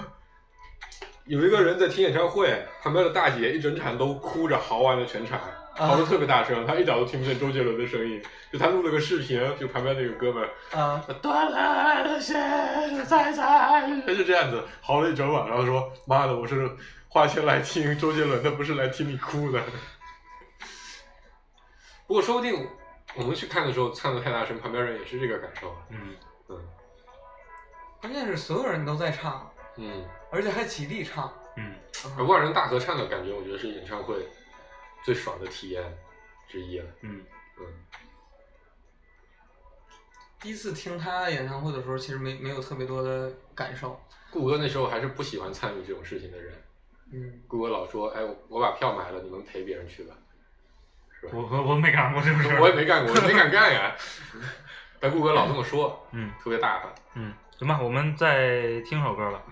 S4: 有一个人在听演唱会，旁边的大姐一整场都哭着嚎完了全场，
S2: 啊
S4: 嚎的特别大声，她一点都听不见周杰伦的声音。就她录了个视频，就旁边那个哥们儿，
S2: 啊，
S4: 断了的线在在，他就这样子嚎了一整晚，然后说：“妈的，我是花钱来听周杰伦的，不是来听你哭的。”不过说不定我们去看的时候唱的太大声，旁边人也是这个感受。
S3: 嗯，
S4: 嗯
S2: 关键是所有人都在唱，
S4: 嗯。
S2: 而且还起立唱。
S3: 嗯，
S4: 而万人大合唱的感觉，我觉得是演唱会最爽的体验之一了。
S3: 嗯，
S4: 嗯，
S2: 第一次听他演唱会的时候，其实没没有特别多的感受。
S4: 顾哥那时候还是不喜欢参与这种事情的人，
S2: 嗯，
S4: 顾哥老说：“哎，我我把票买了，你们陪别人去吧。
S3: 我我我没干过这种事” 儿，
S4: 我也没干过，我没敢干呀。 但顾哥老这么说，
S3: 嗯
S4: 特别大方。
S3: 嗯，行吧，我们再听首歌吧，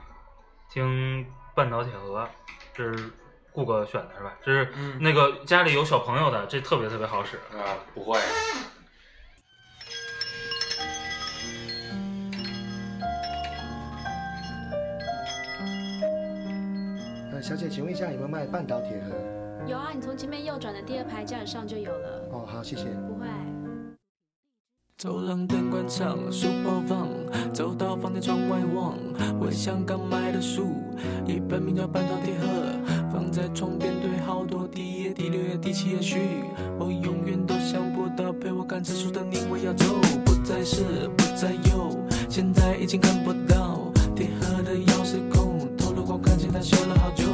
S3: 听《半岛铁盒》，这是顾哥选的是吧？这是
S2: 嗯
S3: 那个家里有小朋友的，这特别特别好使。
S4: 啊，不会。
S6: 呃，小姐，请问一下有没有卖半岛铁盒？
S7: 有啊，你从前面右转的第二排架子上就有了，
S6: 哦，好，谢谢。
S7: 不会。
S5: 走廊灯关上，书包放，走到房间窗外望，我香港买的书，一本名叫《半岛铁盒》，放在床边堆好多，第一页、第六页、第七页序，我永远都想不到陪我看这书的你，我要走，不再是，不再有，现在已经看不到铁盒的钥匙孔，透了光看见它修了好久，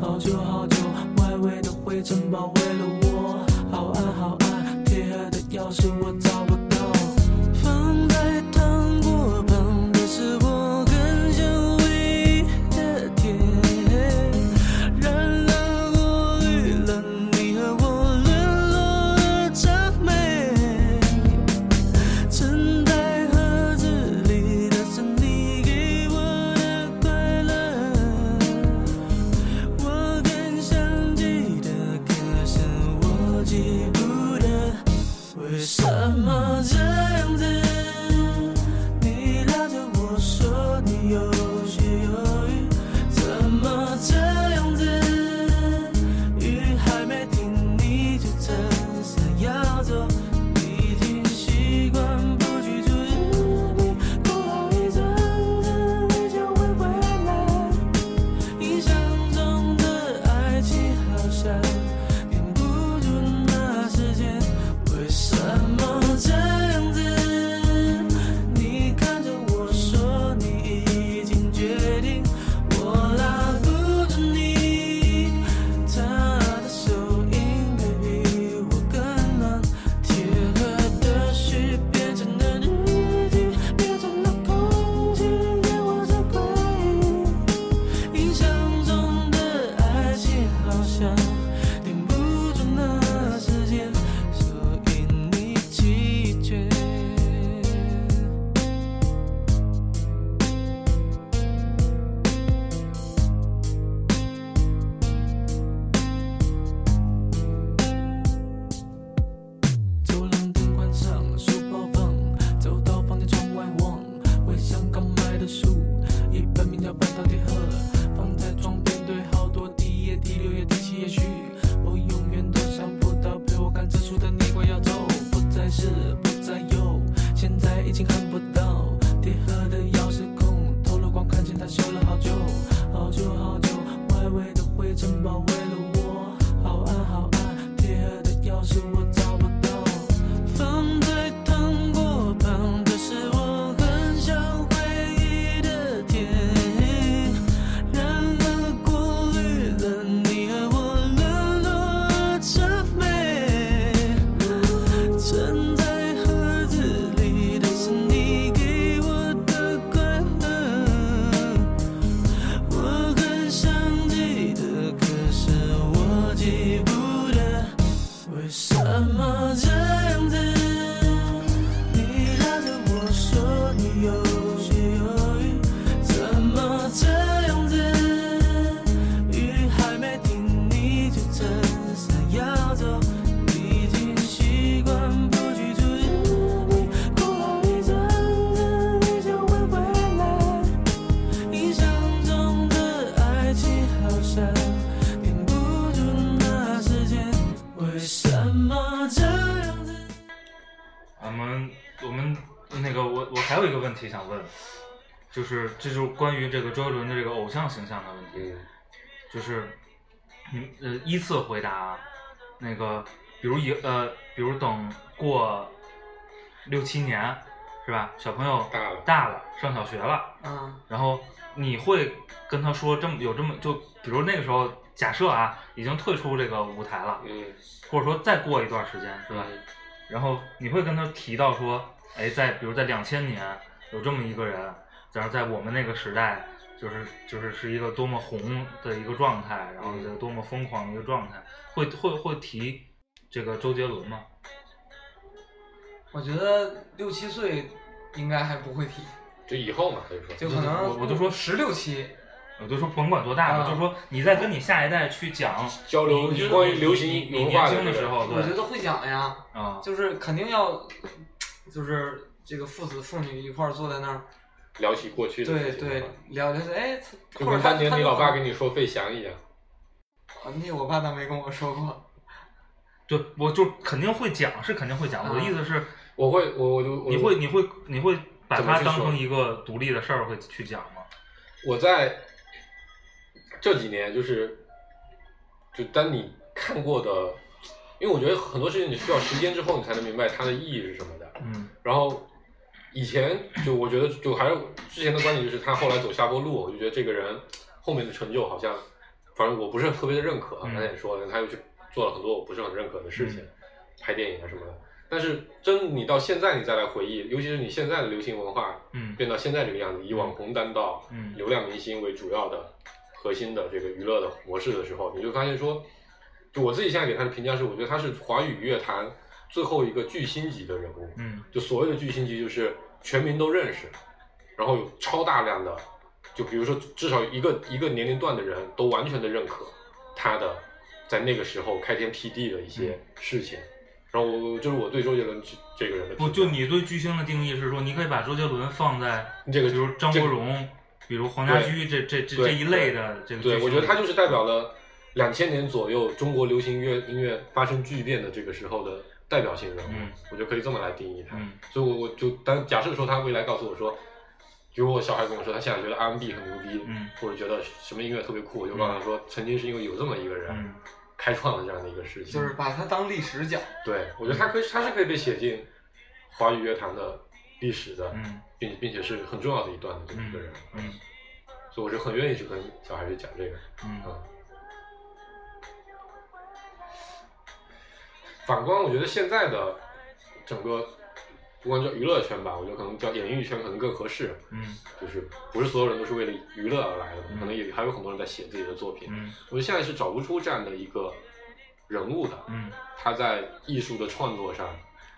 S5: 好久好久，外围的灰尘包围了我，好暗好暗，铁盒的钥匙我找不到。放在糖果旁的是我很想唯一的甜，然而我遇了你和我沦落了长眉。盛在盒子里的是你给我的快乐，我更想记得，可是我记不得，为什么？啊什么这样子？
S3: 我们我们那个我我还有一个问题想问，就是这就是关于这个周杰伦的这个偶像形象的问题，
S4: 嗯，
S3: 就是你呃依次回答啊，那个比如以呃比如等过六七年是吧，小朋友
S4: 大了
S3: 大了上小学了，
S2: 嗯
S3: 然后你会跟他说这么有这么就比如那个时候假设啊已经退出这个舞台了，
S4: 嗯，
S3: 或者说再过一段时间是吧？然后你会跟他提到说，哎，在比如在两千年有这么一个人，然后在我们那个时代，就是就是是一个多么红的一个状态，然后
S4: 嗯
S3: 是多么疯狂的一个状态，会会会提这个周杰伦吗？
S2: 我觉得六七岁应该还不会提，
S4: 就以后嘛，可以说，
S2: 就可能
S3: 我我就说
S2: 十六七，
S3: 我呃就说甭管多大了，
S2: 啊
S3: 就说你在跟你下一代去讲
S4: 嗯交流
S3: 你你
S4: 关于流行
S3: 你你
S4: 文
S3: 年
S4: 化的这
S3: 轻的
S4: 个
S3: 时候，
S2: 我觉
S3: 对
S2: 得会讲呀。
S3: 啊，
S2: 就是肯定要，就是这个父子父女一块儿坐在那儿，
S4: 聊起过去的
S2: 对
S4: 事情
S2: 对
S4: 嘛，
S2: 聊聊哎，
S4: 就
S2: 或者
S4: 跟
S2: 他
S4: 当年
S2: 他
S4: 你
S2: 就
S4: 老爸
S2: 可
S4: 跟你说费翔一样，
S2: 能，那我爸倒没跟我说过，
S3: 对，我就肯定会讲，是肯定会讲。我的
S2: 啊
S3: 意思是，
S4: 嗯我会我我就我
S3: 你会你会你会把
S4: 怎么
S3: 它
S4: 去
S3: 当
S4: 说
S3: 成一个独立的事儿会去讲吗？
S4: 我在这几年就是，就当你看过的，因为我觉得很多事情你需要时间之后你才能明白它的意义是什么的。
S3: 嗯
S4: 然后以前就我觉得就还是之前的观点就是他后来走下坡路，我就觉得这个人后面的成就好像，反正我不是特别的认可。
S3: 嗯
S4: 刚才也说了，他又去做了很多我不是很认可的事情，
S3: 嗯
S4: 拍电影啊什么的。但是真你到现在你再来回忆，尤其是你现在的流行文化
S3: 嗯
S4: 变到现在这个样子，以网红担当。
S3: 嗯
S4: 流量明星为主要的核心的这个娱乐的模式的时候，你就发现说，就我自己现在给他的评价是，我觉得他是华语乐坛最后一个巨星级的人物。
S3: 嗯
S4: 就所谓的巨星级，就是全民都认识，然后有超大量的，就比如说至少一个一个年龄段的人都完全的认可他的在那个时候开天辟地的一
S3: 嗯
S4: 些事情。然后我就是我对周杰伦这这个人的
S3: 不，
S4: 评价
S3: 就你对巨星的定义是说，你可以把周杰伦放在
S4: 这个
S3: 比如张
S4: 这
S3: 国
S4: 个
S3: 荣、比如黄家驹这这这
S4: 对
S3: 这一类的这个巨
S4: 对，
S3: 星。
S4: 我觉得他就是代表了两千年左右中国流行音乐音乐发生巨变的这个时候的代表性人物，
S3: 嗯
S4: 我觉得可以这么来定义他。
S3: 嗯
S4: 所以我我就当假设说他未来告诉我说，比如我小孩跟我说他现在觉得 R&B 很牛逼，
S3: 嗯
S4: 或者觉得什么音乐特别酷，我就告诉他说，曾经是因为有这么一个人、
S3: 嗯
S4: 开创了这样的一个事情。
S2: 就是把它当历史讲，
S4: 对，我觉得他可以，他是可以被写进华语乐坛的历史的，
S3: 嗯
S4: 并并且是很重要的一段的这么一个人
S3: 嗯，嗯
S4: 所以我是很愿意去跟小孩去讲这个。
S3: 嗯
S4: 嗯，反观，我觉得现在的整个，不管叫娱乐圈吧，我觉得可能叫演艺圈可能更合适，
S3: 嗯
S4: 就是不是所有人都是为了娱乐而来的，
S3: 嗯
S4: 可能也还有很多人在写自己的作品。
S3: 嗯
S4: 我觉得现在是找不出这样的一个人物的，
S3: 嗯
S4: 他在艺术的创作上，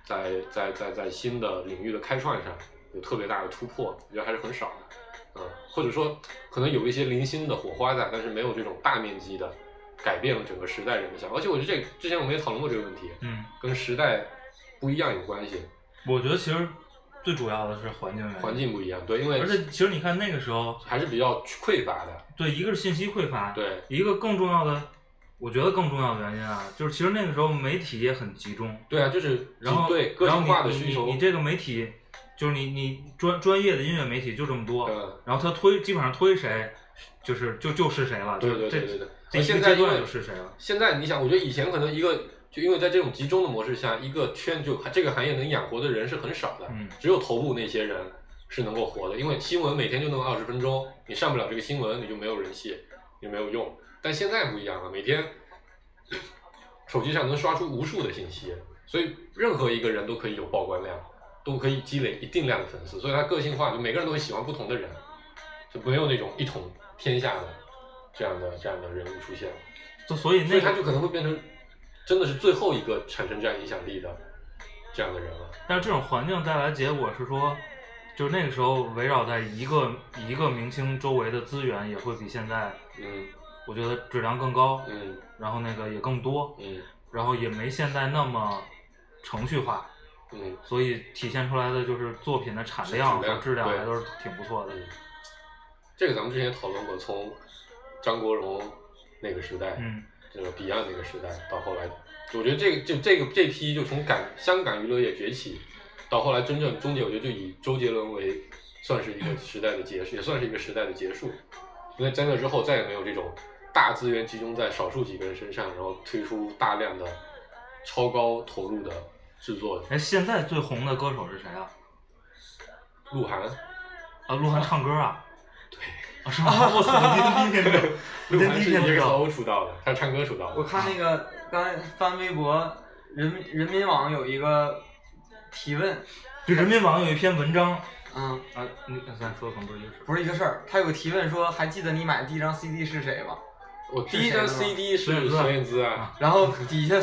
S4: 在在在在新的领域的开创上有特别大的突破，我觉得还是很少的。嗯，或者说可能有一些零星的火花在，但是没有这种大面积的改变了整个时代人的想法。而且我觉得这之前我们也讨论过这个问题，
S3: 嗯，
S4: 跟时代不一样有关系，
S3: 我觉得其实最主要的是环境原因。
S4: 环。境不一样，对，因为
S3: 而且其实你看那个时候，
S4: 还是比较匮乏的，
S3: 对，一个是信息匮乏，
S4: 对，
S3: 一个更重要的，我觉得更重要的原因啊，就是其实那个时候媒体也很集中，
S4: 对啊，就是
S3: 然后
S4: 对个
S3: 然后
S4: 性
S3: 你
S4: 化的
S3: 你
S4: 需求，
S3: 你你这个媒体就是你你专专业的音乐媒体就这么多，
S4: 嗯
S3: 然后他推基本上推谁，就是就就是谁了，
S4: 对
S3: 就
S4: 对对对对
S3: 这这
S4: 而
S3: 一
S4: 现
S3: 个
S4: 在
S3: 阶
S4: 因
S3: 段
S4: 为
S3: 就是谁了，
S4: 现在你想，我觉得以前可能一个，就因为在这种集中的模式下，一个圈就这个行业能养活的人是很少的，
S3: 嗯
S4: 只有头部那些人是能够活的，因为新闻每天就那么二十分钟，你上不了这个新闻，你就没有人气，也没有用。但现在不一样了，每天手机上能刷出无数的信息，所以任何一个人都可以有曝光量，都可以积累一定量的粉丝，所以他个性化，就每个人都会喜欢不同的人，就没有那种一统天下的这样的这样的人物出现了。
S3: 就所以
S4: 所
S3: 那
S4: 以他
S3: 个，
S4: 就可能会变成，真的是最后一个产生这样影响力的这样的人了。
S3: 但是这种环境带来的结果是说，就是那个时候围绕在一个一个明星周围的资源也会比现在，
S4: 嗯
S3: 我觉得质量更高，
S4: 嗯
S3: 然后那个也更多，
S4: 嗯
S3: 然后也没现在那么程序化，
S4: 嗯
S3: 所以体现出来的就是作品的产量
S4: 质量
S3: 和质量
S4: 对
S3: 还都是挺不错的。
S4: 嗯，这个咱们之前也讨论过，从张国荣那个时代
S3: 嗯
S4: 这种 Beyond 那个时代，到后来，我觉得这个就这个这批就从港香港娱乐业崛起，到后来真正终结，我觉得就以周杰伦为算是一个时代的结束，也算是一个时代的结束。因为在那之后再也没有这种大资源集中在少数几个人身上，然后推出大量的超高投入的制作。
S3: 哎，现在最红的歌手是谁啊？
S4: 鹿晗，
S3: 啊，鹿晗唱歌啊？
S4: 对，
S3: 啊，是吗？我操！我今天第一天知道，我今
S4: 鹿
S3: 天
S4: 晗
S3: 第一
S4: 是
S3: 天
S4: 以
S3: 知
S4: XO
S3: 道。
S4: 出道的，他是唱歌出道
S2: 我
S4: 的。
S2: 看那个刚才翻微博，人民人民网有一个提问，
S3: 就人民网有一篇文章啊，
S2: 嗯，
S3: 你咱说的可能不是一个事儿。
S2: 不是一个事儿。他有个提问说，还记得你买第一张 CD 是谁吗？
S4: 我第一张
S2: 是谁的吗
S4: CD 是
S3: 孙
S4: 孙
S3: 燕
S4: 燕姿啊，
S2: 然后底下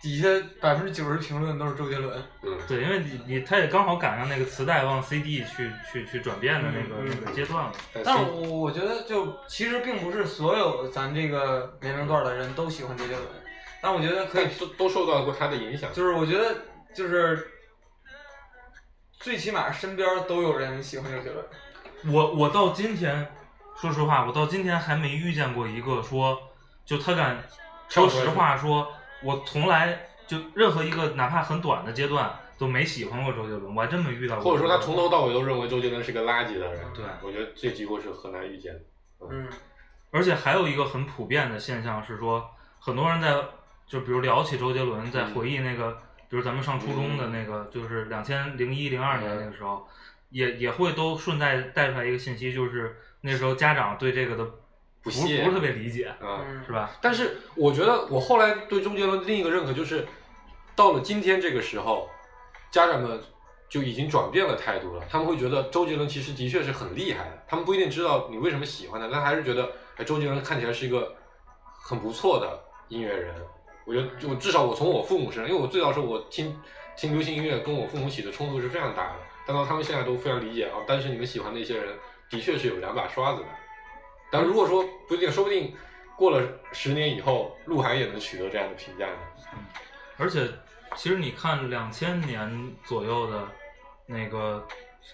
S2: 底下百分之九十评论都是周杰伦。
S4: 嗯，
S3: 对，因为你你他也刚好赶上那个磁带往 CD 去去去转变的那个、
S2: 嗯嗯
S3: 那个阶段了。
S4: 但
S2: 但
S4: CD
S2: 我我觉得就其实并不是所有咱这个年龄段的人都喜欢周杰伦，但我觉得可以
S4: 但，都都受到过他的影响。
S2: 就是我觉得就是最起码身边都有人喜欢周杰伦。
S3: 我我到今天，说实话，我到今天还没遇见过一个说，就他敢说实话说，我从来就任何一个哪怕很短的阶段都没喜欢过周杰伦，我还真没遇到过。
S4: 或者说
S2: 嗯
S4: 他从头到尾都认为周杰伦是个垃圾的人，
S3: 对
S4: 我觉得这几乎是很难遇见的。
S2: 嗯
S3: 而且还有一个很普遍的现象是说，很多人在就比如聊起周杰伦，在
S4: 嗯
S3: 回忆那个，比如咱们上初中的那个，就是两千零一零二年那个时候，也也会都顺带带出来一个信息，就是那时候家长对这个的不不
S4: 屑
S3: 是特别理解，
S4: 嗯，
S2: 嗯
S3: 是，吧？
S4: 但是我觉得我后来对周杰伦另一个认可就是，到了今天这个时候，家长们就已经转变了态度了。他们会觉得周杰伦其实的确是很厉害的，他们不一定知道你为什么喜欢他，但还是觉得哎，周杰伦看起来是一个很不错的音乐人。我觉得就至少我从我父母身上，因为我最早时候我听听流行音乐，跟我父母起的冲突是非常大的，但到他们现在都非常理解啊。但是你们喜欢的一些人，的确是有两把刷子的。但如果说不一定，说不定过了十年以后，鹿晗也能取得这样的评价呢。
S3: 而且其实你看两千年左右的那个，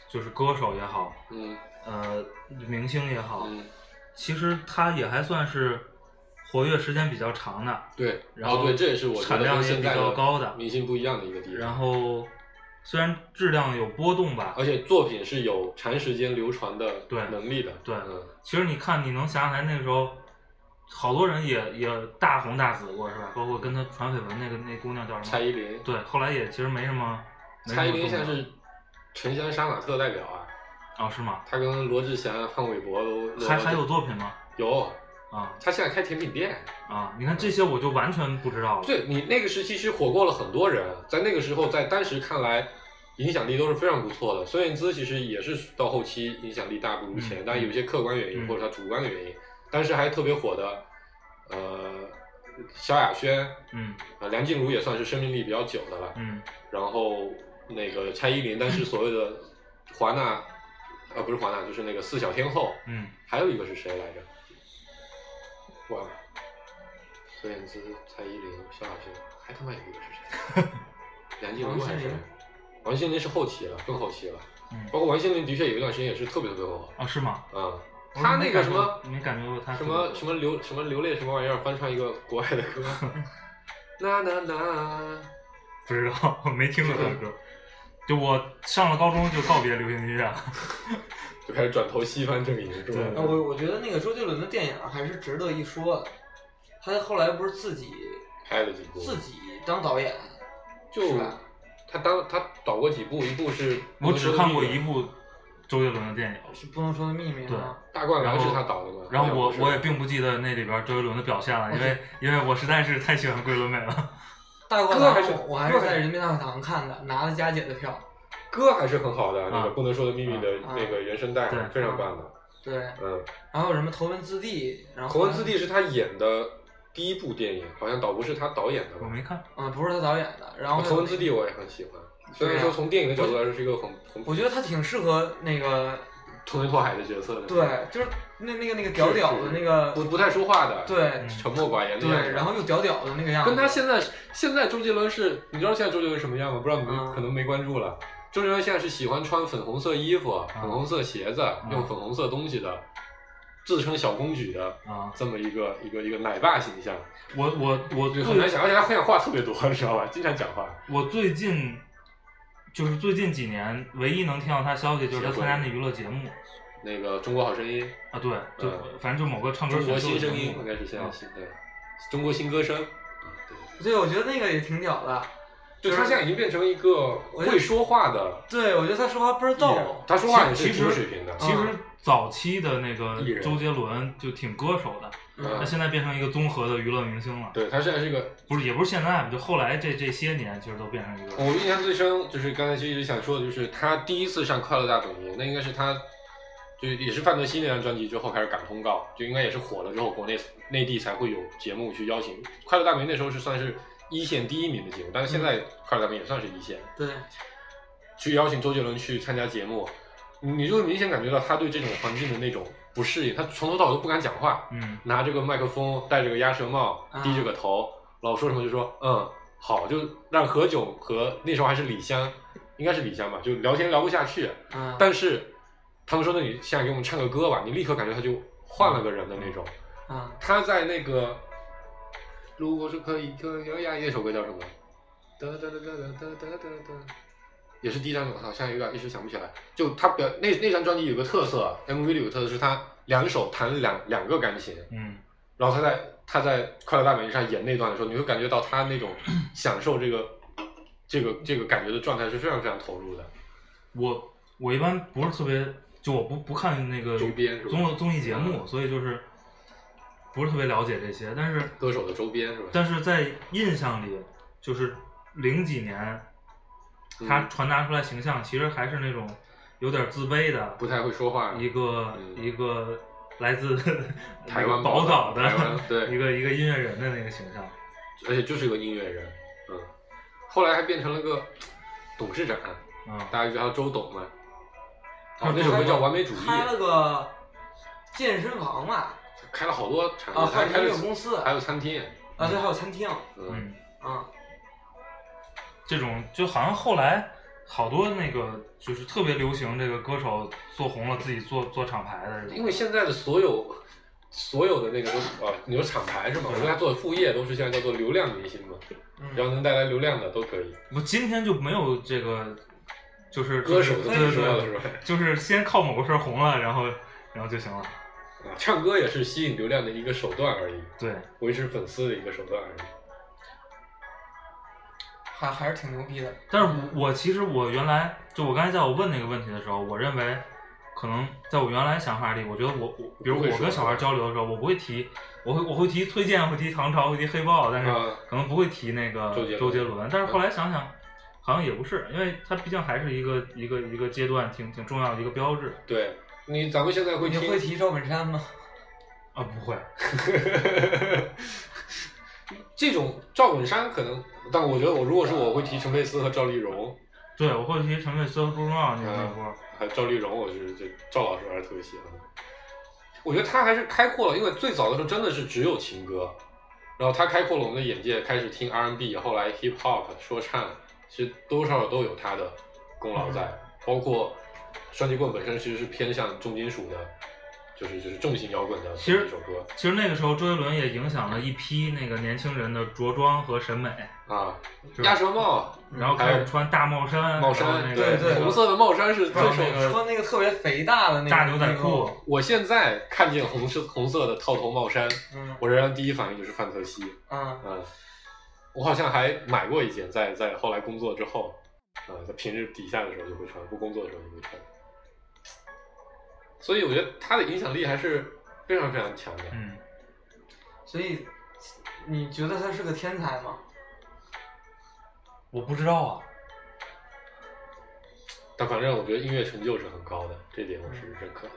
S3: 就是歌手也好，
S4: 嗯
S3: 呃，明星也好，
S4: 嗯，
S3: 其实他也还算是活跃时间比较长的。
S4: 对，
S3: 然后
S4: 哦对，这也是我觉
S3: 产
S4: 得
S3: 量
S4: 跟
S3: 也比
S4: 现在
S3: 较高的，
S4: 明星不一样的一个地方。
S3: 然后虽然质量有波动吧，
S4: 而且作品是有长时间流传的
S3: 对
S4: 能力的。
S3: 对
S4: 嗯，
S3: 其实你看，你能想起来那个时候，好多人也也大红大紫过，是吧？包括跟他传绯闻那个那姑娘叫什
S4: 蔡
S3: 么？
S4: 依林，
S3: 对，后来也其实没什么。没什
S4: 蔡
S3: 么
S4: 依林现在
S3: 动
S4: 是
S3: 静
S4: 沉香杀马特代表啊，
S3: 哦，是吗？
S4: 她跟罗志祥、啊潘玮柏都都
S3: 还还有作品吗？
S4: 有，
S3: 啊
S4: 她现在开甜品店。
S3: 啊！你看这些我就完全不知道了。
S4: 对你那个时期其实火过了很多人，在那个时候，在当时看来，影响力都是非常不错的。孙燕姿其实也是到后期影响力大不如前，
S3: 嗯
S4: 但有一些客观原因、
S3: 嗯
S4: 或者她主观的原因。当时还特别火的，呃，萧亚轩，
S3: 嗯
S4: 呃，梁静茹也算是生命力比较久的了。
S3: 嗯
S4: 然后那个蔡依林，但是所谓的华纳，呃，不是华纳，就是那个四小天后，
S3: 嗯，
S4: 还有一个是谁来着？忘了。孙燕姿、蔡依林、萧亚轩，还他妈有一个是 谁？梁静茹还是谁？王心凌是后期了，更后期了。
S3: 嗯
S4: 包括王心凌的确有一段时间也是特别特别火。
S3: 哦，是吗？
S4: 嗯，
S3: 我
S4: 她
S3: 没
S4: 那个
S3: 感
S4: 什
S3: 觉
S4: 么
S3: 没感觉过她
S4: 什么
S3: 是
S4: 什么流什么流泪什么玩意儿翻唱一个国外的歌， 啦啦啦，
S3: 不知道， 我没听过
S4: 是
S3: 他
S4: 吧
S3: 的歌。就我上了高中就告别流行音乐了。
S4: 就开始转投西方阵营，是吧
S3: 对？
S2: 那我我觉得那个周杰伦的电影啊还是值得一说的。他后来不是自己
S4: 拍了几部，
S2: 自己当导演，
S4: 就是
S2: 吧
S4: 他当他导过几部，一部是
S3: 我只看过一
S4: 《
S3: 部周杰伦的电影，
S2: 是不能说的秘密
S3: 对
S2: 吗？
S4: 大灌
S3: 然
S4: 篮》
S3: 后
S4: 是他导的吗？
S3: 然后
S4: 好
S3: 我
S4: 像不是
S3: 我也并不记得那里边周杰伦的表现了，因为因为我实在是太喜欢桂纶镁 了。
S2: 大灌
S4: 歌
S2: 篮
S4: 还是
S2: 我还
S4: 歌
S2: 是
S4: 还是
S2: 在人民大会堂看的，拿了佳姐的票。
S4: 歌还是很好的，那个
S3: 啊
S4: 《不能说的秘密》的
S2: 啊
S4: 那个原声带
S3: 对
S4: 非常棒的。
S2: 对，
S4: 嗯，
S2: 然后什么头文字 D，然
S4: 《
S2: 后
S4: 头文字 D》是他演的第一部电影，好像导不是他导演的
S3: 我
S4: 吧？啊
S3: 没看，
S2: 嗯，不是他导演的。然后
S4: 哦
S2: 啊
S4: 《头文字 D》我也很喜欢，虽然说从电影的角度来说是一个很很
S2: 我觉得他挺适合那个，
S4: 冲天拓海的角色的，，
S2: 对，就是那那个那个屌屌的那个，
S4: 不不太说话的，，
S2: 对
S3: 嗯
S4: 沉默寡言的样
S2: 对，
S4: 子
S2: 然后又屌屌的那个样子。
S4: 跟他现在现在周杰伦是，你知道现在周杰伦什么样吗？不知道你们、
S2: 嗯
S4: 可能没关注了。周
S3: 嗯
S4: 杰伦现在是喜欢穿粉红色衣服、粉红色鞋子，用粉红色东西的自称小公举的
S3: 啊，
S4: 这么一个一个一个奶爸形象，
S3: 我我我
S4: 就很难
S3: 最
S4: 想，而且他分享话特别多，你知道吧？经常讲话。
S3: 我最近就是最近几年唯一能听到他消息就是他参加那娱乐节目
S4: 那个《中国好声音》，
S3: 啊，对，就
S4: 嗯
S3: 反正就某个唱歌
S4: 中
S3: 选
S4: 国
S3: 秀
S4: 新
S3: 的节
S4: 声音嗯
S3: 目
S4: 应该是现在
S3: 啊
S4: 新对，中国新歌声。啊对
S2: 对，我觉得那个也挺屌的。
S4: 就他现在已经变成一个会说话的
S2: 对，我觉得他说话倍儿
S4: 艺人
S2: 逗，。
S4: 他说话也是
S3: 其
S4: 挺有
S3: 实
S4: 水平的。啊
S3: 其实早期的那个
S4: 艺人
S3: 周杰伦就挺歌手的，
S4: 嗯
S3: 他现在变成一个综合的娱乐明星了。
S4: 对他现在是一个，
S3: 不是，也不是现在啊吧，就后来这这些年，其实都变成一
S4: 我
S3: 个
S4: 印象最深就是刚才就一直想说的，就是他第一次上《快乐大本营》，那应该是他，就也是范特西那张专辑之后开始赶通告，就应该也是火了之后，国内内地才会有节目去邀请。《快乐大本营》那时候是算是一线第一名的节目，但是现在《快乐大本营》也算是一线，
S2: 对，
S4: 去邀请周杰伦去参加节目，你就会明显感觉到他对这种环境的那种不适应，他从头到尾都不敢讲话，
S3: 嗯，
S4: 拿着个麦克风，戴着个鸭舌帽
S2: 啊，
S4: 低着个头，老说什么就说嗯好，就让何炅和那时候还是李湘，应该是李湘吧，就聊天聊不下去。
S2: 嗯，
S4: 但是他们说那你现在给我们唱个歌吧，你立刻感觉他就换了个人的那种。
S2: 嗯，
S4: 他在那个如果是可以可以呀，那首歌叫什么？哒哒哒哒哒哒哒哒，也是第一张，我好像有点一时想不起来。就他表那那张专辑有个特色，MV 里有个特色是他两手弹两两个钢琴。
S3: 嗯，
S4: 然后他在他在《快乐大本营》上演那段的时候，你会感觉到他那种享受这个这个这个感觉的状态是非常非常投入的。
S3: 我我一般不是特别，就我不不看那个
S4: 周边是吧
S3: 综综艺节目，
S4: 嗯
S3: 所以就是不是特别了解这些，但是
S4: 歌手的周边是吧？
S3: 但是在印象里，就是零几年
S4: 嗯
S3: 他传达出来形象，其实还是那种有点自卑的，
S4: 不太会说话，
S3: 一个、
S4: 嗯
S3: 一个来自
S4: 台湾
S3: 宝岛
S4: 台湾 对
S3: 的一个一个音乐人的那个形象。
S4: 而且就是个音乐人，嗯，后来还变成了个董事长，
S3: 嗯，
S4: 大家就叫他周董嘛。
S3: 他
S4: 哦，那首歌叫《完美主义》，
S2: 开了个健身房吧，
S4: 开了好多产业，
S2: 啊，
S4: 还
S2: 或
S4: 开
S2: 者
S4: 了
S2: 有公司，
S4: 还
S2: 啊，
S4: 有餐厅，
S2: 对，还有餐厅，
S4: 嗯，
S3: 嗯，
S2: 嗯，
S3: 这种就好像后来好多那个就是特别流行这个歌手做红了自己做做厂牌的这种，
S4: 因为现在的所有。所有的那个都啊，你说厂牌是吗？我觉得他做的副业都是现在叫做流量明星嘛，只要
S2: 嗯，
S4: 能带来流量的都可以。
S3: 我今天就没有这个就是
S4: 歌手
S3: 对
S4: 的最
S3: 对
S4: 重要的
S3: 对
S4: 是吧？
S3: 就是先靠某个事儿红了，然后然后就行了。
S4: 啊，唱歌也是吸引流量的一个手段而已，
S3: 对，
S4: 维持粉丝的一个手段而已。
S2: 还还是挺牛逼的，
S3: 但是我我其实我原来就我刚才在我问那个问题的时候，我认为可能在我原来想法里，我觉得我我比如
S4: 不会
S3: 我跟
S4: 说
S3: 小孩交流的时候，我不会提，我会我会提推荐，会提唐朝，会提黑豹，但是
S4: 啊
S3: 可能不会提那个
S4: 周杰伦
S3: 周杰伦。嗯但是后来想想，好像也不是，因为他毕竟还是一个一个一个阶段挺挺重要的一个标志
S4: 对你，咱们现在会
S2: 你
S4: 听，
S2: 会提赵本山吗？
S3: 啊，不会，
S4: 这种赵本山可能，但我觉得我如果是我会提陈佩斯和赵丽蓉，
S3: 对我会提陈佩斯和朱重耀那那波儿，
S4: 还有赵丽蓉，我是这赵老师还是特别喜欢的。我觉得他还是开阔了，因为最早的时候真的是只有情歌，然后他开阔了我们的眼界，开始听 R&B，后来 hip hop 说唱，其实多少都有他的功劳在，
S3: 嗯
S4: 包括双截棍本身其实是偏向重金属的，就是就是重型摇滚的
S3: 其实
S4: 一首歌
S3: 其实那个时候周杰伦也影响了一批那个年轻人的着装和审美，
S4: 啊，
S3: 是吧
S4: 鸭舌帽、啊
S3: 然后开始穿大嗯帽衫，
S4: 帽
S3: 然后那
S4: 衫，
S3: 个
S2: 对对
S4: 红色的帽衫是最
S3: 还有
S4: 受
S3: 那个
S2: 穿那个特别肥大的那个
S3: 大牛仔裤，，
S4: 我现在看见红色红色的套头帽衫，
S2: 嗯
S4: 我仍然第一反应就是范特西。
S2: 嗯，
S4: 嗯，我好像还买过一件，在在后来工作之后，啊、在平日底下的时候就会穿，不工作的时候就会穿。所以我觉得他的影响力还是非常非常强的。
S3: 嗯，
S2: 所以你觉得他是个天才吗？
S3: 我不知道啊，
S4: 但反正我觉得音乐成就是很高的，这点我是认可的。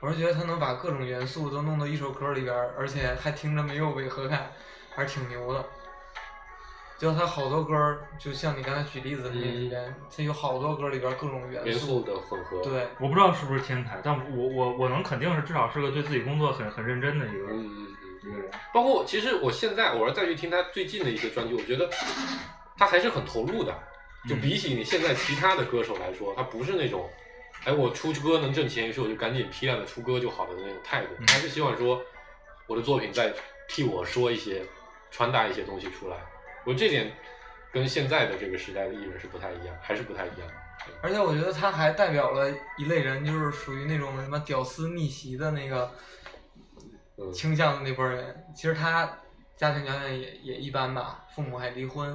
S2: 我是觉得他能把各种元素都弄到一首歌里边儿，而且还听着没有违和感，还是挺牛的。就他好多歌儿，就像你刚才举例子的那里边，他有好多歌里边儿各种元
S4: 元素的混合，，
S2: 嗯对，
S3: 我不知道是不是天才，但我我我能肯定是至少是个对自己工作很很认真的一个、
S4: 嗯嗯嗯。
S3: 一个人。
S4: 包括我，其实我现在偶尔再去听他最近的一些专辑，我觉得他还是很投入的。就比起你现在其他的歌手来说，他不是那种哎，我出歌能挣钱，于是我就赶紧批量的出歌就好了的那种态度，
S3: 嗯
S4: 还是希望说我的作品在替我说一些、传达一些东西出来。我这点跟现在的这个时代的艺人是不太一样，还是不太一样的。
S2: 而且我觉得他还代表了一类人，就是属于那种什么屌丝逆袭的那个
S4: 嗯
S2: 倾向的那波人。其实他家庭条件也也一般吧，父母还离婚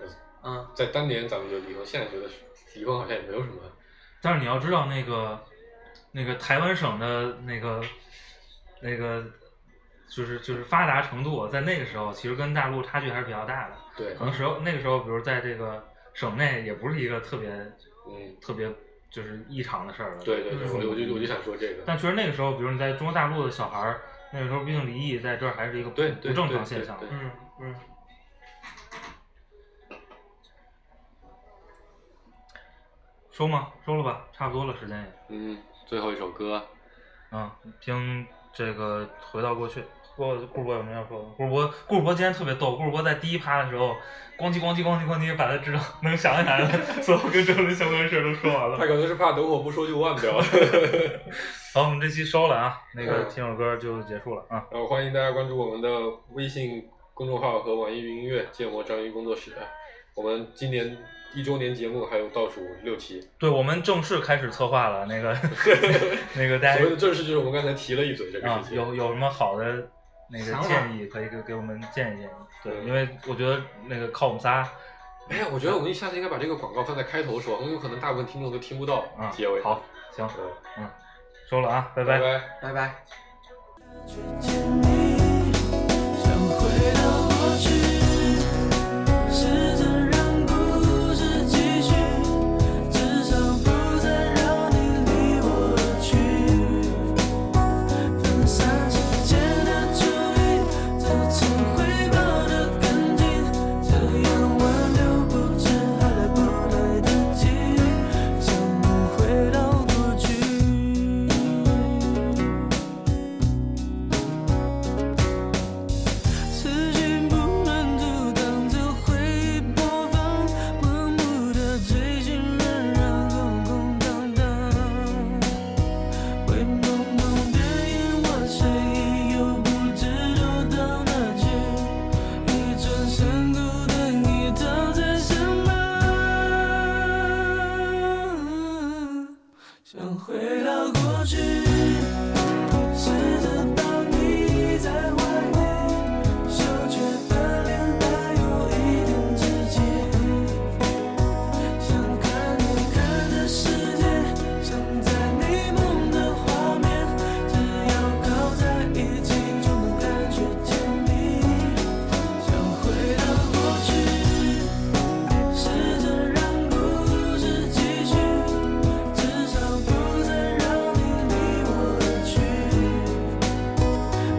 S4: 嗯。
S2: 嗯，
S4: 在当年咱们就离婚，现在觉得离婚好像也没有什么。
S3: 但是你要知道，那个那个台湾省的那个那个就是就是发达程度，在那个时候其实跟大陆差距还是比较大的。
S4: 对
S3: 可，能时候那个时候，比如在这个省内，也不是一个特别
S4: 嗯，
S3: 特别就是异常的事儿了。
S4: 对对对，
S2: 嗯
S4: 我就我就我就想说这个。
S3: 但其实那个时候，比如你在中国大陆的小孩儿，那个时候毕竟离异在这儿还是一个不
S4: 对对
S3: 不正常
S4: 对
S3: 现
S4: 对
S3: 象。
S4: 对
S2: 嗯嗯。
S3: 收吗？收了吧，差不多了，时间也。
S4: 嗯，最后一首歌，
S3: 嗯，听这个回到过去，郭顾博有什么要说的？顾博顾博今天特别逗，顾博在第一趴的时候，咣叽咣叽咣叽咣叽，把他知道能想起来的 所有跟周伦相关的事儿都说完了
S4: 他。可能是怕等我不说就忘 掉了。
S3: 好，我们这期收了啊，那个
S4: 嗯
S3: 听首歌就结束了啊。
S4: 然后欢迎大家关注我们的微信公众号和网易云音乐“建模章鱼工作室”。我们今年一周年节目还有倒数六 期，
S3: 对，我们正式开始策划了，那 个那个大
S4: 所
S3: 家
S4: 谓的正式就是我们刚才提了一嘴这个
S3: 啊
S4: 事，情。
S3: 有有什么好的那个
S2: 想法
S3: 建议可以给给我们建议建议。对，
S4: 嗯
S3: 因为我觉得那个靠我们仨，
S4: 哎呀，我觉得我们下次应该把这个广告放在开头说，很有可能大部分听众都听不到
S3: 嗯，
S4: 结尾。
S3: 好，，行，
S4: 嗯，
S3: 收了啊，拜
S4: 拜拜。
S2: 拜拜。
S5: 去见你，想回到过去，试着让故事继续，至少不再让你离我而去。分散时间的注意，这次会抱得更紧，这样挽留不迟，还来不来得及？想回到过去。时间不能阻挡，这回忆播放，盲目的追寻仍然空空荡荡。灰蒙蒙的夜晚，谁又不知道到哪去？一转身，孤单已躺在身旁。想回到过去，试着抱你在怀里。羞怯的脸带有一点稚气，想看你看的世界，想在你梦的画面，只要靠在一起就能感觉甜蜜。想回到过去，试着让故事继续，至少不再让你离我而去。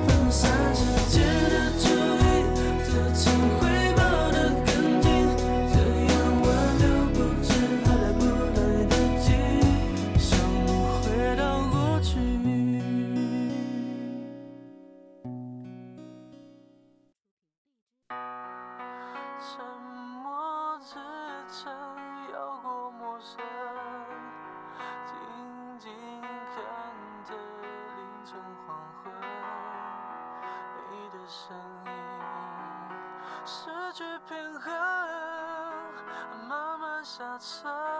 S5: 分散时间的注意，这次会抱得更紧，这样挽留不迟，还来不来得及？想回到过去。沉默支撑，绕过陌生，静静看着凌晨黄昏，你的身影失去平衡，慢慢下沉。